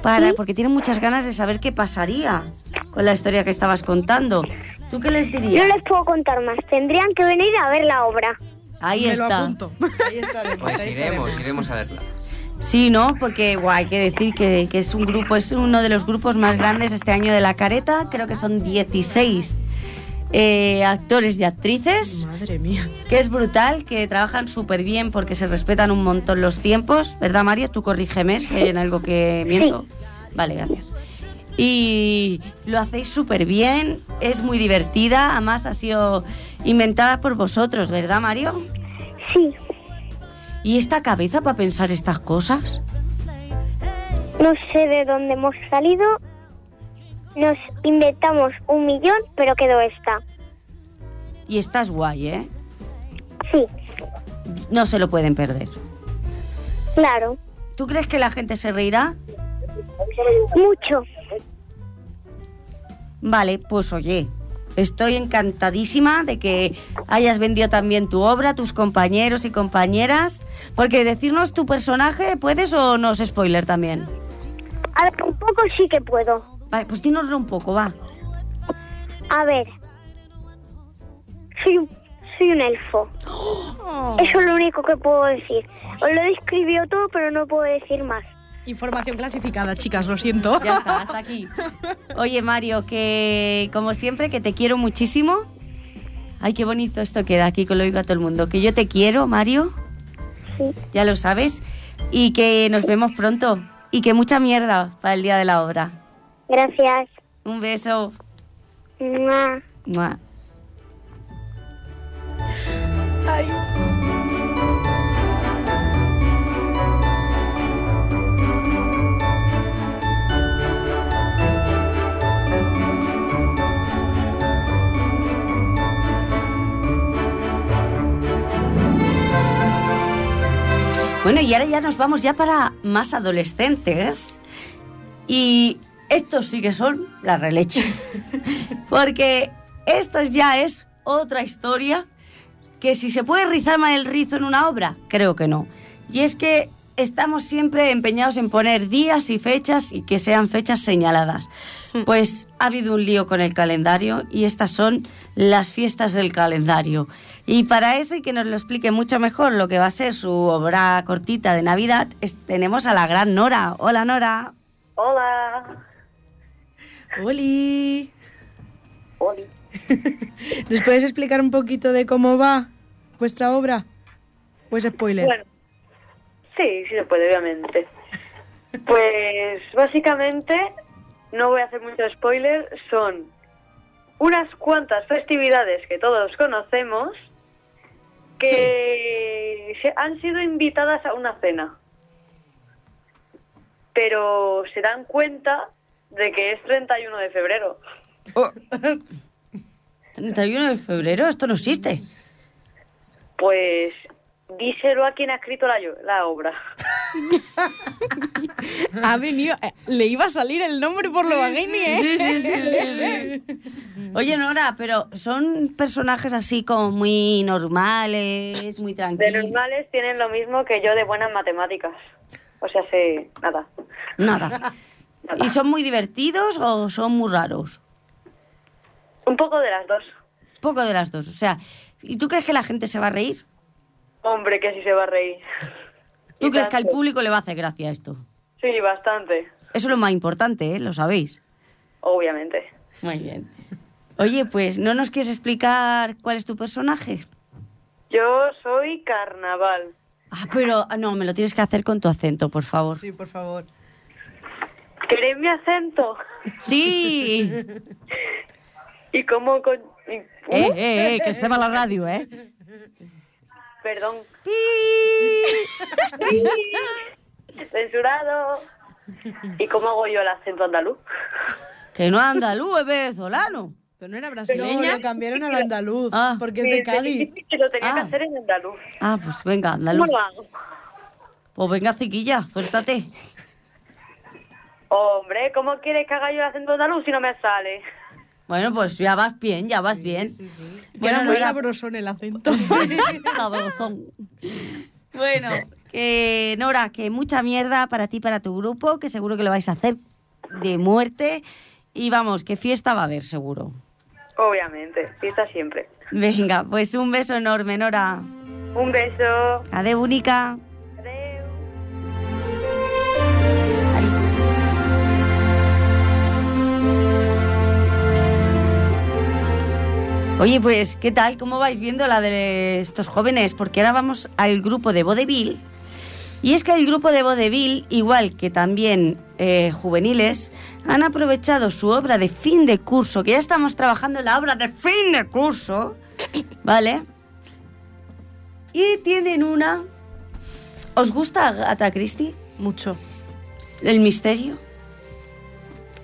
Speaker 1: Para, porque tienen muchas ganas de saber qué pasaría con la historia que estabas contando. ¿Tú qué les
Speaker 5: No
Speaker 1: dirías?
Speaker 5: les puedo contar más. Tendrían que venir a ver la obra.
Speaker 1: Ahí
Speaker 4: Me lo
Speaker 1: está.
Speaker 4: apunto. Ahí estaremos.
Speaker 3: Pues
Speaker 4: ahí
Speaker 3: iremos,
Speaker 4: estaremos.
Speaker 3: iremos a verla.
Speaker 1: Sí, ¿no? Porque guau, hay que decir que, que es un grupo, es uno de los grupos más grandes este año de La Careta, creo que son 16 eh, actores y actrices,
Speaker 4: Madre mía.
Speaker 1: que es brutal, que trabajan súper bien porque se respetan un montón los tiempos, ¿verdad Mario? Tú corrígeme si hay en algo que miento. Vale, gracias. Y lo hacéis súper bien, es muy divertida, además ha sido inventada por vosotros, ¿verdad Mario?
Speaker 5: Sí,
Speaker 1: ¿Y esta cabeza para pensar estas cosas?
Speaker 5: no sé de dónde hemos salido. Nos inventamos un millón, pero quedó esta.
Speaker 1: Y estás guay, ¿eh?
Speaker 5: Sí,
Speaker 1: No se lo pueden perder.
Speaker 5: claro.
Speaker 1: ¿Tú crees que la gente se reirá?
Speaker 5: Mucho.
Speaker 1: Vale, pues oye, estoy encantadísima de que hayas vendido también tu obra, tus compañeros y compañeras, porque decirnos tu personaje, ¿puedes o no es spoiler también?
Speaker 5: A ver, un poco sí que puedo.
Speaker 1: Vale, pues dínoslo un poco, va.
Speaker 5: A ver. Soy, un- soy un elfo. Eso es lo único que puedo decir. Os lo describió todo, pero no puedo decir más.
Speaker 4: Información clasificada, chicas, lo siento.
Speaker 1: Ya está, hasta aquí. Oye, Mario, que como siempre, que te quiero muchísimo. Ay, qué bonito esto queda aquí, que lo digo a todo el mundo. Que yo te quiero, Mario.
Speaker 5: Sí.
Speaker 1: ya lo sabes, y que nos vemos pronto y que mucha mierda para el día de la obra.
Speaker 5: Gracias.
Speaker 1: Un beso.
Speaker 5: Mua.
Speaker 1: Mua. Bueno, y ahora ya nos vamos ya para más adolescentes. Y estos sí que son la releche. Porque esto ya es otra historia que si se puede rizar más el rizo en una obra, creo que no. Y es que estamos siempre empeñados en poner días y fechas y que sean fechas señaladas. Pues ha habido un lío con el calendario y estas son las fiestas del calendario. Y para eso y que nos lo explique mucho mejor lo que va a ser su obra cortita de Navidad, es- tenemos a la gran Nora. Hola Nora.
Speaker 6: Hola.
Speaker 4: ¡Oli!
Speaker 6: Oli.
Speaker 4: ¿Nos puedes explicar un poquito de cómo va vuestra obra? Pues spoiler.
Speaker 9: Bueno, sí, sí se puede, obviamente. Pues básicamente, no voy a hacer mucho spoiler, son unas cuantas festividades que todos conocemos que se han sido invitadas a una cena. Pero se dan cuenta de que es 31 de febrero.
Speaker 1: Oh. 31 de febrero, esto no existe.
Speaker 9: Pues díselo a quien ha escrito la, yo- la obra.
Speaker 2: Ha venido. eh, Le iba a salir el nombre por lo baguini, ¿eh?
Speaker 1: Sí, sí, sí, sí, sí. Oye, Nora, pero son personajes así como muy normales, muy
Speaker 9: De
Speaker 1: tranquilos.
Speaker 9: normales tienen lo mismo que yo de buenas matemáticas. O sea, se... nada.
Speaker 1: Nada. ¿Y son muy divertidos o son muy raros?
Speaker 9: Un poco de las dos.
Speaker 1: Poco de las dos. O sea, ¿y tú crees que la gente se va a reír?
Speaker 9: Hombre, que sí se va a reír.
Speaker 1: ¿Tú
Speaker 9: Y
Speaker 1: crees que al
Speaker 9: tanto.
Speaker 1: público le va a hacer gracia esto?
Speaker 9: Sí, bastante,
Speaker 1: Eso es lo más importante, ¿eh? Lo sabéis.
Speaker 9: obviamente.
Speaker 1: Muy bien. Oye, pues, ¿no nos quieres explicar cuál es tu personaje?
Speaker 9: Yo soy carnaval.
Speaker 1: Ah, pero ah, no, me lo tienes que hacer con tu acento, por favor.
Speaker 4: Sí, por favor.
Speaker 9: ¿Queréis mi acento?
Speaker 1: Sí.
Speaker 9: ¿Y cómo con...? y-
Speaker 1: Eh,
Speaker 9: Uh,
Speaker 1: eh, eh, que se va la radio, ¿eh?
Speaker 9: Perdón.
Speaker 1: Pi.
Speaker 9: Censurado. ¿Y cómo hago yo el acento andaluz?
Speaker 1: Que no es andaluz, es venezolano.
Speaker 2: Pero no era
Speaker 4: No,
Speaker 2: brasileña.
Speaker 4: lo cambiaron al andaluz,
Speaker 1: Ah.
Speaker 4: porque es de Cádiz.
Speaker 9: Sí, Lo tenía que
Speaker 1: Ah.
Speaker 9: hacer en andaluz.
Speaker 1: Ah, pues venga,
Speaker 9: ¿Cómo
Speaker 1: andaluz.
Speaker 9: lo hago?
Speaker 1: Pues venga, chiquilla, suéltate.
Speaker 9: Hombre, ¿cómo quieres que haga yo el acento andaluz si no me sale?
Speaker 1: Bueno, pues ya vas bien, ya vas bien.
Speaker 2: que
Speaker 1: Bueno,
Speaker 2: era
Speaker 1: pues
Speaker 2: muy
Speaker 1: Nora.
Speaker 2: sabrosón el acento.
Speaker 1: Sabrosón. Bueno, que Nora, que mucha mierda para ti, para tu grupo, que seguro que lo vais a hacer de muerte. Y vamos, que fiesta va a haber, seguro.
Speaker 9: Obviamente, fiesta siempre.
Speaker 1: Venga, pues un beso enorme, Nora.
Speaker 9: Un beso.
Speaker 1: Ade, única.
Speaker 9: Adeu.
Speaker 1: Oye, pues, ¿qué tal? ¿Cómo vais viendo la de estos jóvenes? Porque ahora vamos al grupo de Vodevil. Y es que el grupo de Vodevil, igual que también eh, juveniles, han aprovechado su obra de fin de curso, que ya estamos trabajando en la obra de fin de curso, ¿vale? Y tienen una... ¿Os gusta Agatha Christie?
Speaker 2: Mucho.
Speaker 1: ¿El misterio?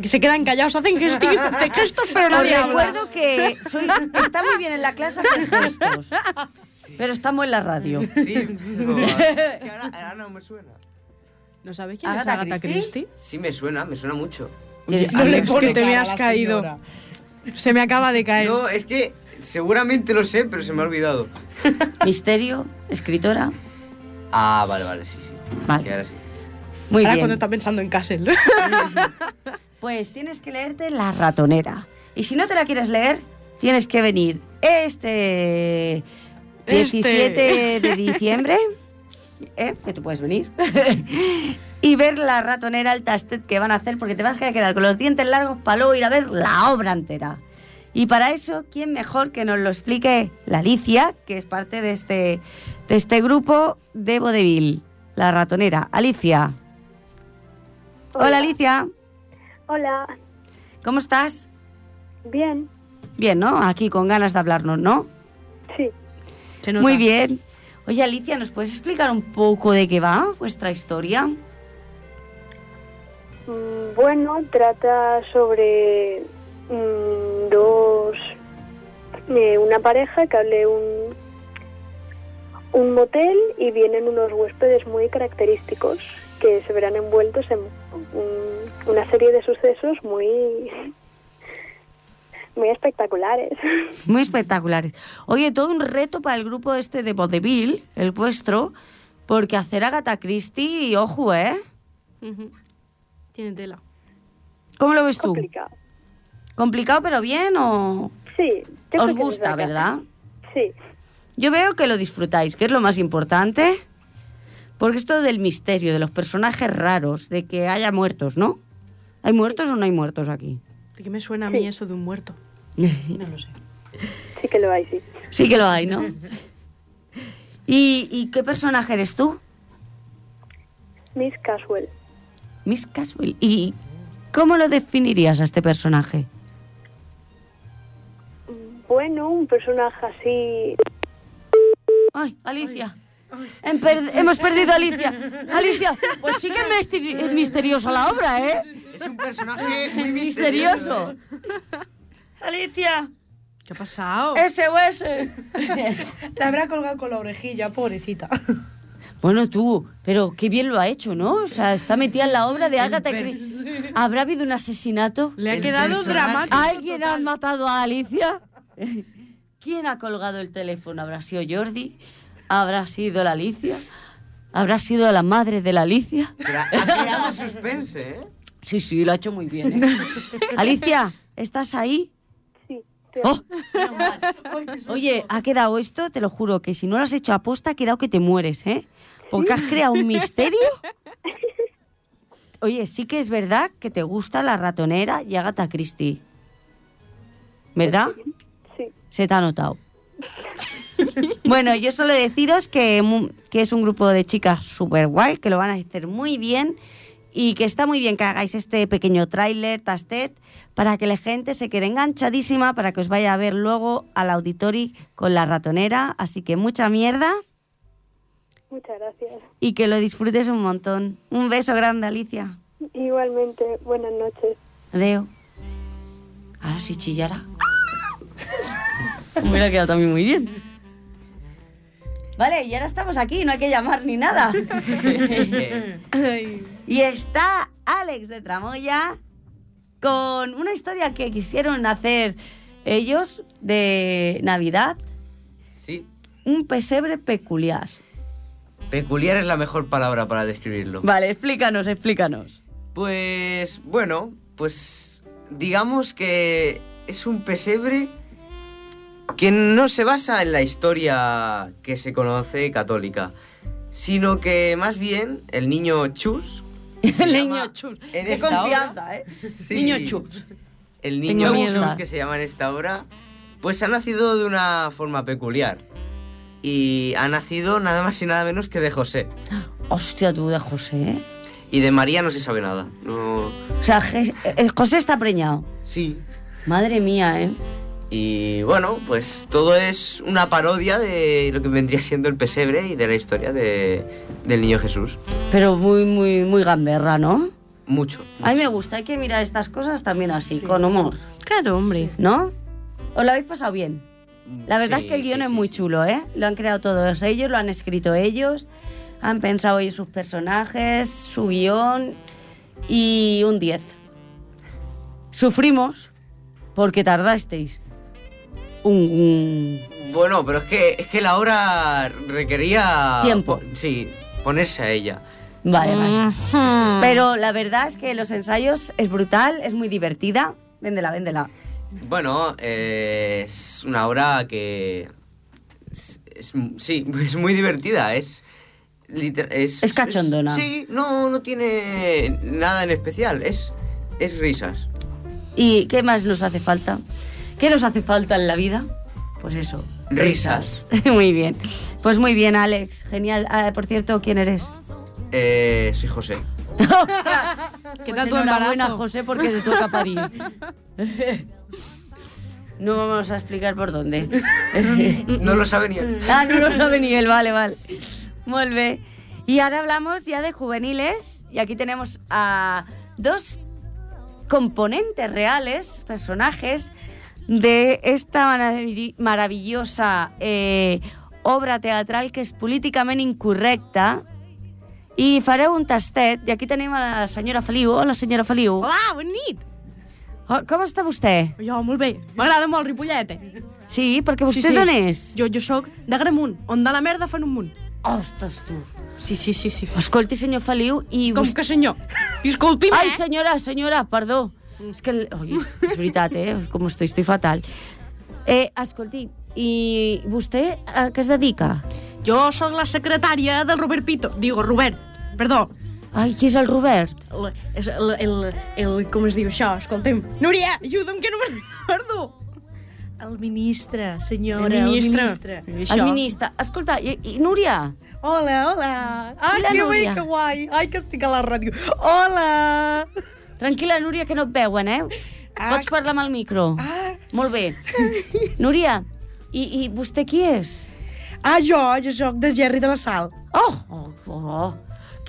Speaker 2: Que se quedan callados, hacen gesti- de gestos, pero nadie
Speaker 1: Os
Speaker 2: habla.
Speaker 1: recuerdo que soy- está muy bien en la clase hacer gestos, pero estamos en la radio.
Speaker 3: Sí, pero- es que ahora, ahora no me suena.
Speaker 2: ¿No sabéis quién
Speaker 1: ¿Agatha
Speaker 2: es Agatha
Speaker 1: Christie?
Speaker 2: Christie?
Speaker 3: Sí me suena, me suena mucho.
Speaker 1: Tienes-
Speaker 2: No le
Speaker 4: Es que
Speaker 2: pone, te me
Speaker 4: cara,
Speaker 2: has
Speaker 4: la
Speaker 2: caído.
Speaker 4: señora.
Speaker 2: Se me acaba de caer.
Speaker 3: No, es que seguramente lo sé, pero se me ha olvidado.
Speaker 1: Misterio, escritora.
Speaker 3: Ah, vale, vale, sí, sí.
Speaker 1: Vale.
Speaker 3: Que ahora sí.
Speaker 1: Muy
Speaker 2: Ahora
Speaker 1: bien.
Speaker 2: cuando está pensando en Castle.
Speaker 1: Pues tienes que leerte La ratonera. Y si no te la quieres leer, tienes que venir este
Speaker 2: Este.
Speaker 1: 17 de diciembre, ¿eh? que tú puedes venir, y ver La ratonera, el tastet que van a hacer, porque te vas a quedar con los dientes largos para luego ir a ver la obra entera. Y para eso, ¿quién mejor que nos lo explique la Alicia, que es parte de este, de este grupo de Vodevil, La ratonera? Alicia. Hola,
Speaker 5: Hola.
Speaker 1: Alicia.
Speaker 5: Hola,
Speaker 1: ¿Cómo estás?
Speaker 5: bien,
Speaker 1: Bien, ¿no? Aquí con ganas de hablarnos, ¿no?
Speaker 5: sí.
Speaker 2: Se nota.
Speaker 1: Muy bien. Oye, Alicia, ¿nos puedes explicar un poco de qué va vuestra historia?
Speaker 5: Mm, Bueno, trata sobre mm, dos. eh, una pareja que hable un. un motel y vienen unos huéspedes muy característicos que se verán envueltos en mm, una serie de sucesos muy. muy espectaculares.
Speaker 1: Muy espectaculares. Oye, todo un reto para el grupo este de Vodevil, el vuestro, porque hacer Agatha Christie, y ojo, ¿eh?
Speaker 2: Ujú. Tiene tela.
Speaker 1: ¿Cómo lo ves tú?
Speaker 5: Complicado.
Speaker 1: ¿Complicado pero bien o...?
Speaker 5: Sí. yo creo
Speaker 1: Os
Speaker 5: que se
Speaker 1: gusta,
Speaker 5: saca.
Speaker 1: ¿verdad?
Speaker 5: Sí.
Speaker 1: Yo veo que lo disfrutáis, que es lo más importante, porque esto del misterio, de los personajes raros, de que haya muertos, ¿no? ¿Hay muertos o no hay muertos aquí?
Speaker 2: ¿De qué me suena a mí eso de un muerto? No lo sé.
Speaker 9: Sí que lo hay, sí.
Speaker 1: Sí que lo hay, ¿no? ¿Y, y qué personaje eres tú?
Speaker 9: Miss Caswell.
Speaker 1: Miss Caswell. ¿Y cómo lo definirías a este personaje?
Speaker 9: Bueno, un personaje así...
Speaker 1: Ay, Alicia. Hem per- hemos perdido a Alicia. Alicia, pues sí que es misteri- es misteriosa la obra, ¿eh?
Speaker 3: Es un personaje
Speaker 1: Es
Speaker 3: muy
Speaker 1: misterioso. Alicia,
Speaker 2: ¿Qué ha pasado?
Speaker 1: SOS.
Speaker 4: Te habrá colgado con la orejilla, pobrecita.
Speaker 1: Bueno, tú, pero qué bien lo ha hecho, ¿no? O sea, está metida en la obra de Agatha Christie. ¿Habrá habido un asesinato?
Speaker 2: Le ha
Speaker 3: El
Speaker 2: quedado
Speaker 3: personaje-
Speaker 2: dramático.
Speaker 1: ¿Alguien ha matado a Alicia? ¿Quién ha colgado el teléfono? ¿Habrá sido Jordi? ¿Habrá sido la Alicia? ¿Habrá sido la madre de la Alicia?
Speaker 3: Pero ha creado suspense, ¿eh?
Speaker 1: Sí, sí, lo ha hecho muy bien. ¿eh? Alicia, ¿estás ahí?
Speaker 9: Sí, te-
Speaker 1: ¡Oh! Oye, ha quedado esto, te lo juro, que si no lo has hecho aposta, ha quedado que te mueres, ¿eh? Porque has creado un misterio. Oye, sí que es verdad que te gusta la ratonera y Agatha Christie. ¿Verdad?
Speaker 9: sí.
Speaker 1: Se te ha notado. bueno, yo solo deciros que, mu- que es un grupo de chicas súper guay, que lo van a hacer muy bien y que está muy bien que hagáis este pequeño tráiler, tastet, para que la gente se quede enganchadísima, para que os vaya a ver luego al auditori con la ratonera. Así que mucha mierda
Speaker 9: Muchas gracias.
Speaker 1: y que lo disfrutes un montón. Un beso grande, Alicia.
Speaker 9: Igualmente, buenas noches.
Speaker 1: Adeo. Ahora sí chillara. Me hubiera quedado también muy bien. Vale, y ahora estamos aquí, no hay que llamar ni nada.
Speaker 3: Eh,
Speaker 1: y está Alex de Tramoya con una historia que quisieron hacer ellos de Navidad,
Speaker 3: sí.
Speaker 1: un pesebre peculiar.
Speaker 3: Peculiar es la mejor palabra para describirlo.
Speaker 1: Vale, explícanos, explícanos.
Speaker 3: Pues bueno, pues digamos que es un pesebre que no se basa en la historia que se conoce católica, sino que más bien el niño Chus. que se
Speaker 1: El
Speaker 3: llama
Speaker 1: niño chus.
Speaker 3: en
Speaker 1: Qué
Speaker 3: esta obra-
Speaker 1: confianza, ¿eh?
Speaker 3: Sí.
Speaker 1: Niño chus.
Speaker 3: El
Speaker 1: Tengo
Speaker 3: niño
Speaker 1: miedo.
Speaker 3: Chus que se llama en esta obra, pues ha nacido de una forma peculiar. Y ha nacido nada más y nada menos que de José.
Speaker 1: Hostia, tú de José, ¿eh?
Speaker 3: Y de María no se sabe nada. No...
Speaker 1: O sea, Je- eh, José está preñado.
Speaker 3: Sí,
Speaker 1: Madre mía, ¿eh?
Speaker 3: Y bueno, pues todo es una parodia de lo que vendría siendo el pesebre y de la historia de, del niño Jesús.
Speaker 1: Pero muy, muy, muy gamberra, ¿no?
Speaker 3: Mucho.
Speaker 1: A mí me gusta, hay que mirar estas cosas también así, con humor,
Speaker 2: Claro, hombre.
Speaker 1: ¿no? ¿Os lo habéis pasado bien? La verdad
Speaker 3: Mm, Sí,
Speaker 1: es que el guión
Speaker 3: sí,
Speaker 1: es
Speaker 3: sí,
Speaker 1: muy
Speaker 3: sí.
Speaker 1: chulo, ¿eh? Lo han creado todos ellos, lo han escrito ellos, han pensado ellos sus personajes, su guión y un 10. Sufrimos porque tardasteis un...
Speaker 3: Bueno, pero es que, es que la obra requería...
Speaker 1: Tiempo.
Speaker 3: po- sí, ponerse a ella.
Speaker 1: Vale, vale. Pero la verdad es que los ensayos es brutal, es muy divertida. Véndela, véndela.
Speaker 3: Bueno, eh, es una obra que... es- es- sí, es muy divertida, es... liter- es,
Speaker 1: Es cachondona.
Speaker 3: sí, no, no tiene nada en especial, es, es risas.
Speaker 1: ¿Y qué más nos hace falta? ¿Qué nos hace falta en la vida? Pues eso.
Speaker 3: Risas.
Speaker 1: muy bien. Pues muy bien, Alex. Genial. Ah, por cierto, ¿quién eres?
Speaker 3: Eh, soy José.
Speaker 2: ¿Qué
Speaker 1: Pues
Speaker 2: tal tu
Speaker 1: enhorabuena,
Speaker 2: embarazo?
Speaker 1: José, porque te toca parir. no vamos a explicar por dónde. Mm,
Speaker 3: No lo sabe ni él.
Speaker 1: Ah, no lo sabe ni él, vale, vale. Molt bé. Y ahora hablamos ya de juveniles y aquí tenemos a dos componentes reales, personajes de esta maravi- maravillosa eh, obra teatral que és políticament incorrecta i fareu un tastet i aquí tenim a la senyora Feliu. Hola, senyora Feliu.
Speaker 2: Hola, bona nit.
Speaker 1: Oh, Com està vostè?
Speaker 2: Jo, molt bé. M'agrada molt Ripollet, eh?
Speaker 1: Sí, perquè vostè sí, sí. d'on és?
Speaker 2: Jo, jo sóc de Gramunt, on de la merda fan un munt.
Speaker 1: Ostres, tu.
Speaker 2: Sí, sí, sí, sí.
Speaker 1: Escolti, senyor Feliu, i
Speaker 2: Com
Speaker 1: vostè...
Speaker 2: que senyor? Disculpi'm,
Speaker 1: Ai,
Speaker 2: eh? Mm.
Speaker 1: senyora, senyora, perdó. És que... el- Ai, és veritat, eh? Com estoy, estoy fatal. Eh, escolti, i vostè a què es dedica?
Speaker 2: Jo sóc la secretària del Robert Pito. Digo, Robert, perdó.
Speaker 1: Ai, qui és el Robert?
Speaker 2: El, és el, el, el, com es diu això? Escolta'm. Núria, ajuda'm, que no me'n recordo.
Speaker 10: El ministre, senyora, el
Speaker 2: ministre.
Speaker 10: ministre.
Speaker 1: El ministre. Escolta, i, i Núria,
Speaker 4: Hola, hola. Ai,
Speaker 1: Hola,
Speaker 4: que bé,
Speaker 1: Núria.
Speaker 4: que guai. Ai, que estic a la ràdio. Hola.
Speaker 1: tranquil·la, Núria, que no et veuen, eh?
Speaker 4: Ah.
Speaker 1: Pots parlar amb el micro.
Speaker 4: Ah,
Speaker 1: Molt bé. Núria, i, i vostè qui és?
Speaker 4: ah jo, jo sóc de Gerri de la Sal.
Speaker 1: Oh, oh, oh,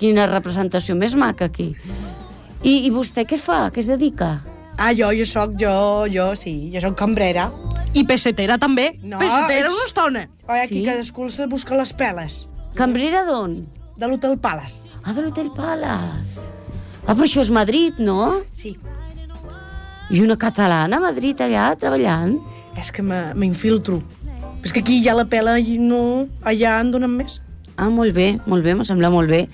Speaker 1: quina representació més maca aquí. I, I vostè què fa? A Què es dedica?
Speaker 4: Ah, jo, jo sóc, jo, jo, sí, jo sóc cambrera.
Speaker 2: I pesetera, també.
Speaker 4: No,
Speaker 2: pesetera
Speaker 4: ets-
Speaker 2: una estona.
Speaker 4: Ai, aquí
Speaker 1: Sí?
Speaker 4: sí? cadascú se busca les peles.
Speaker 1: Cambrera d'on?
Speaker 4: De l'Hotel Palace.
Speaker 1: Ah, de l'Hotel Palace. Ah, però això és Madrid, no?
Speaker 4: Sí.
Speaker 1: I una catalana a Madrid allà treballant?
Speaker 4: És que me- m'infiltro. És que aquí ja la pela i no... Allà en donen més.
Speaker 1: Ah, molt bé, molt bé, em sembla molt bé.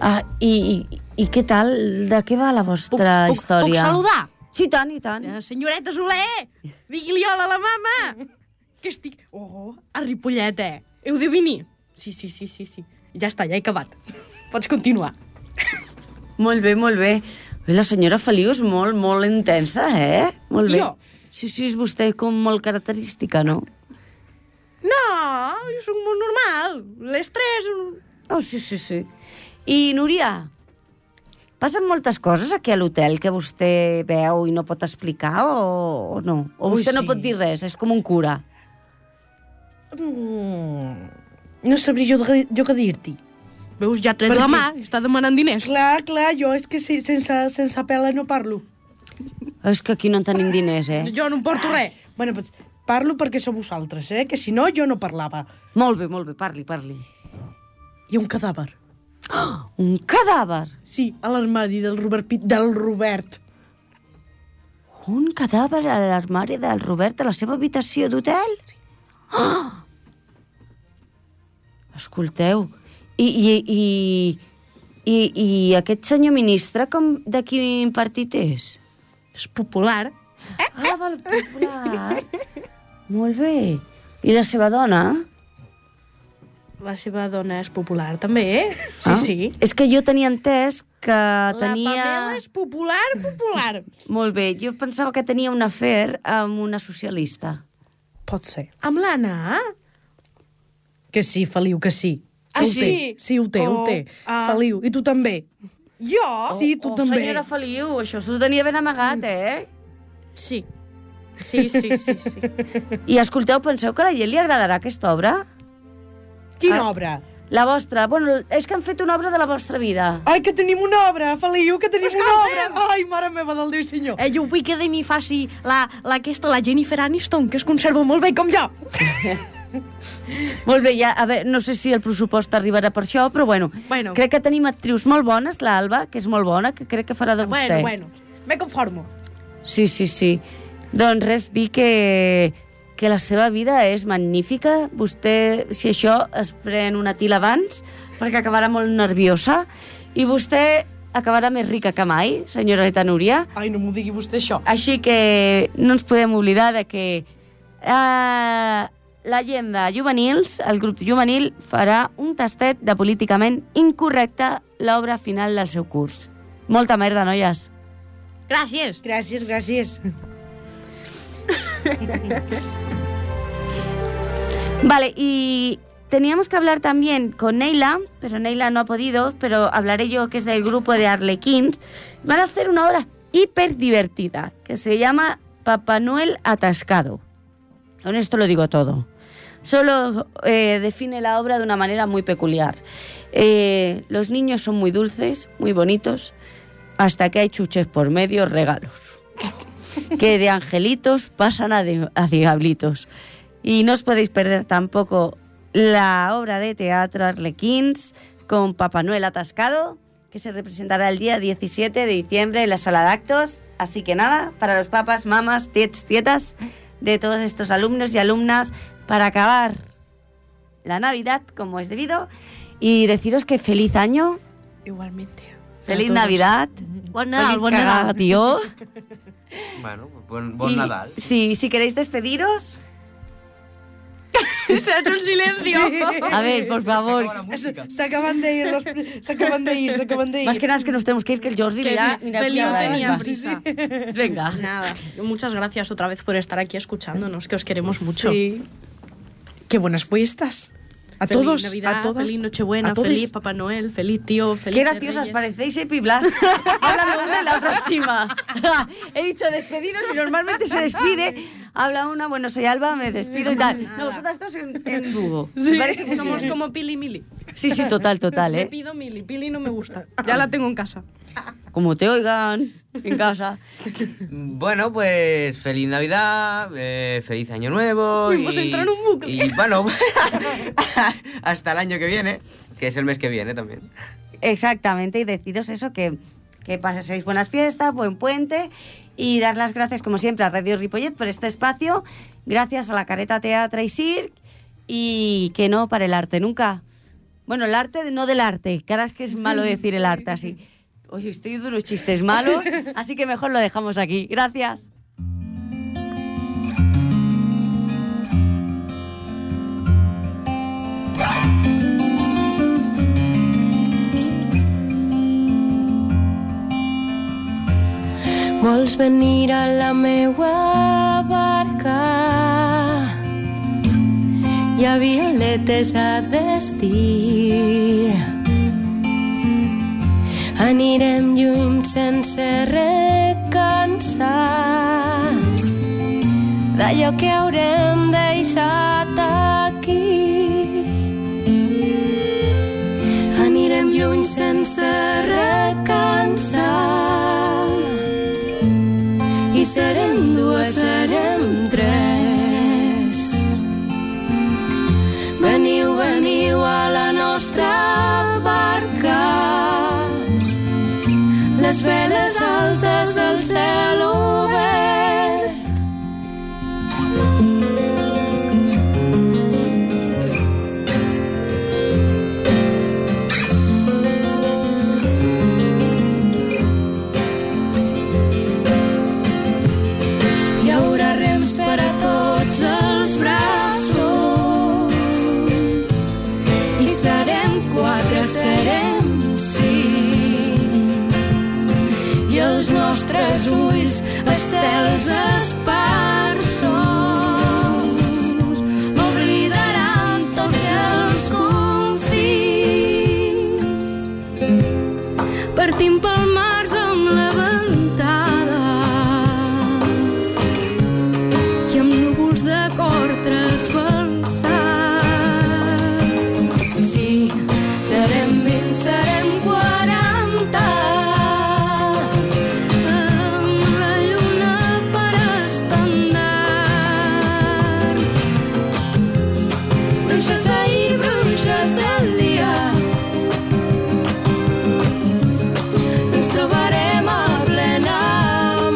Speaker 1: Ah, i, i, i què tal? De què va la vostra
Speaker 2: puc,
Speaker 1: història?
Speaker 2: Puc saludar?
Speaker 1: Sí, i tant, i tant.
Speaker 2: Eh, senyoreta Soler, digui-li hola a la mama. Que estic... Oh, a Ripollet, eh? Heu de venir. Sí, sí, sí, sí, sí. Ja està, ja he acabat. Pots continuar.
Speaker 1: Molt bé, molt bé. Bé, La senyora Feliu és molt, molt intensa, eh? Molt bé.
Speaker 2: Jo?
Speaker 1: Sí, sí, és vostè com molt característica, no?
Speaker 2: No, jo sóc molt normal. L'estrès...
Speaker 1: Oh, sí, sí, sí. I, Núria, passen moltes coses aquí a l'hotel que vostè veu i no pot explicar o, o no? O
Speaker 4: Ui,
Speaker 1: vostè no
Speaker 4: sí.
Speaker 1: pot dir res, és com un cura.
Speaker 4: Mm, no sabria jo, de- jo què dir-t'hi.
Speaker 2: Veus, ja tret
Speaker 4: Per
Speaker 2: la
Speaker 4: què?
Speaker 2: mà, està demanant diners.
Speaker 4: Clar, clar, jo és que sí, sense, sense pela no parlo.
Speaker 1: És que aquí no en tenim diners, eh?
Speaker 2: Jo no em porto res.
Speaker 4: Bueno, doncs parlo perquè sou vosaltres, eh? Que si no, jo no parlava.
Speaker 1: Molt bé, molt bé, parli, parli.
Speaker 4: Hi ha un cadàver.
Speaker 1: Un cadàver.
Speaker 4: Sí, a l'armari del Robert Pit, del Robert.
Speaker 1: Un cadàver a l'armari del Robert a la seva habitació d'hotel? Ah! Escolteu, i, i, i, i, i aquest senyor ministre com de quin partit és?
Speaker 2: És popular.
Speaker 1: Ah, del popular. Molt bé. I la seva dona?
Speaker 2: La seva dona és popular, també, eh? Sí,
Speaker 1: Ah,
Speaker 2: sí.
Speaker 1: És que jo tenia entès que tenia...
Speaker 2: La Pamela és popular, popular.
Speaker 1: Molt bé, jo pensava que tenia un afer amb una socialista.
Speaker 4: Pot ser.
Speaker 2: Amb l'Anna?
Speaker 4: Que sí, Feliu, que sí.
Speaker 2: Ah,
Speaker 4: ho
Speaker 2: sí?
Speaker 4: té. Sí, ho té,
Speaker 2: Oh,
Speaker 4: ho té.
Speaker 2: ah.
Speaker 4: Feliu, i tu també.
Speaker 2: Jo?
Speaker 4: sí, tu
Speaker 1: oh,
Speaker 4: també.
Speaker 1: senyora Feliu, això s'ho tenia ben amagat,
Speaker 9: é?"
Speaker 1: eh?
Speaker 2: Sí. Sí, sí, sí, sí.
Speaker 1: I escolteu, penseu que a la gent li agradarà aquesta obra?
Speaker 4: Quina
Speaker 1: Ah.
Speaker 4: obra?
Speaker 1: La vostra. Bueno, és que han fet una obra de la vostra vida.
Speaker 4: Ai, que tenim una obra, Feliu, que tenim una obra. Ai, mare meva del Déu i Senyor.
Speaker 2: Eh, jo vull que de mi faci la, la, aquesta, la Jennifer Aniston, que es conserva molt bé com jo.
Speaker 1: Molt bé, ja, a veure, no sé si el pressupost arribarà per això, però bueno,
Speaker 2: Bueno.
Speaker 1: crec que tenim actrius molt bones, l'Alba, que és molt bona, que crec que farà de vostè.
Speaker 2: Bueno, bueno, me conformo.
Speaker 1: Sí, sí, sí. Doncs res, dir que, que la seva vida és magnífica. Vostè, si això, es pren una til abans, perquè acabarà molt nerviosa, i vostè acabarà més rica que mai, senyoreta Núria.
Speaker 4: Ai, no m'ho digui vostè, això.
Speaker 1: Així que no ens podem oblidar de que eh, la gent de juvenils, el grup juvenil, farà un tastet de políticament incorrecte l'obra final del seu curs. Molta merda, noies.
Speaker 2: Gràcies.
Speaker 4: Gràcies, gràcies.
Speaker 1: Vale, y teníamos que hablar también con Neila, pero Neila no ha podido, pero hablaré yo, que es del grupo de Arlequins. Van a hacer una obra hiper divertida, que se llama Papá Noel Atascado. Con esto lo digo todo. Solo eh, define la obra de una manera muy peculiar. Eh, los niños son muy dulces, muy bonitos, hasta que hay chuches por medio, regalos que de angelitos pasan a, di- a diablitos. Y no os podéis perder tampoco la obra de teatro Arlequins con Papá Noel atascado, que se representará el día 17 de diciembre en la sala de actos. Así que nada, para los papas, mamas, tiets, tietas de todos estos alumnos y alumnas para acabar la Navidad como es debido y deciros que feliz año,
Speaker 2: Igualmente.
Speaker 1: feliz Navidad,
Speaker 2: Bon
Speaker 1: feliz
Speaker 2: Nadal, bon
Speaker 1: cagada,
Speaker 2: Nadal.
Speaker 1: tío.
Speaker 3: Bueno, bon, bon
Speaker 1: Y
Speaker 3: Nadal.
Speaker 1: Si, si queréis despediros.
Speaker 2: Eso es un silencio.
Speaker 1: A ver, por favor.
Speaker 4: Se, se acaban de ir, los- se acaban de ir, se acaban de ir.
Speaker 1: Más que nada es que nos tenemos que ir, que el Jordi
Speaker 2: Que
Speaker 1: ya...
Speaker 2: sí, Feliu
Speaker 1: ya-
Speaker 2: tenía
Speaker 1: va.
Speaker 2: prisa.
Speaker 1: Venga.
Speaker 2: Nada, muchas gracias otra vez por estar aquí escuchándonos, que os queremos mucho.
Speaker 4: Sí. Qué buenas fiestas. A
Speaker 2: Feliz
Speaker 4: todos,
Speaker 2: Navidad,
Speaker 4: a todas.
Speaker 2: Feliz Nochebuena,
Speaker 4: a todes.
Speaker 2: feliz Papá Noel, feliz tío, feliz.
Speaker 1: Qué graciosas parecéis, eh, Piblas. Habla una y la otra encima. He dicho despediros y normalmente se despide. Habla una, bueno, soy Alba, me despido y tal. No, vosotras dos en, en dúo. Me parece muy
Speaker 2: somos
Speaker 1: bien.
Speaker 2: como Pili y Mili.
Speaker 1: Sí, sí, total, total,
Speaker 2: Le
Speaker 1: ¿eh?
Speaker 2: pido Mili, Pili no me gusta. Ya la tengo en casa.
Speaker 1: Como te oigan en casa.
Speaker 3: Bueno, pues feliz Navidad, eh, feliz Año Nuevo.
Speaker 2: Uy, hemos entrado en un bucle.
Speaker 3: Y bueno, hasta el año que viene, que es el mes que viene también.
Speaker 1: Exactamente, y deciros eso, que, que paséis buenas fiestas, buen puente y dar las gracias, como siempre, a Radio Ripollet por este espacio. Gracias a la Careta Teatra y Cirque y que no para el arte nunca. Bueno, el arte, de- no del arte, que ahora es que es malo decir el arte así. Oye, estoy de unos chistes malos, así que mejor lo dejamos aquí. Gracias.
Speaker 11: Vols venir a la meua barca hi ha violetes a destir. Anirem lluny sense recansar d'allò que haurem deixat aquí. Anirem lluny sense recansar i serem dues, serem tres. Veniu, veniu a la nostra barca, les veles altes, el cel obert. Hi haurà rems per a tots els braços i serem quatre, serem cinc. I els nostres ulls, estels esparsos, oblidaran tots els confins. Partim pel març amb la ventada i amb núvols de cor trasbalsat. Sí, serem vint, serem quaranta, amb la lluna per estandard. Bruixes d'ahir, bruixes del dia, ens trobarem a plena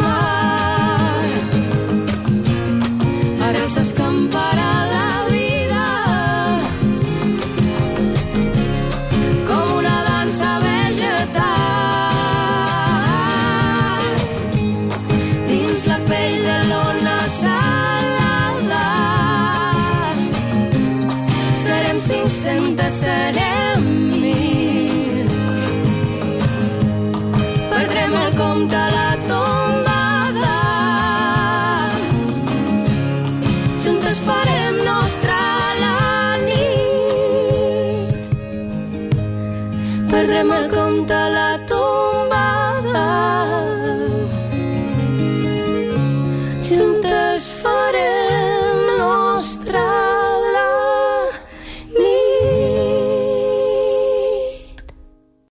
Speaker 11: mar. Arreu s'escamparà la vida com una dansa vegetal. Dins la pell de l'ona salada serem 500, serem mil. Perdrem el compte a la tombada juntes farem nostra la nit. Perdrem el compte a la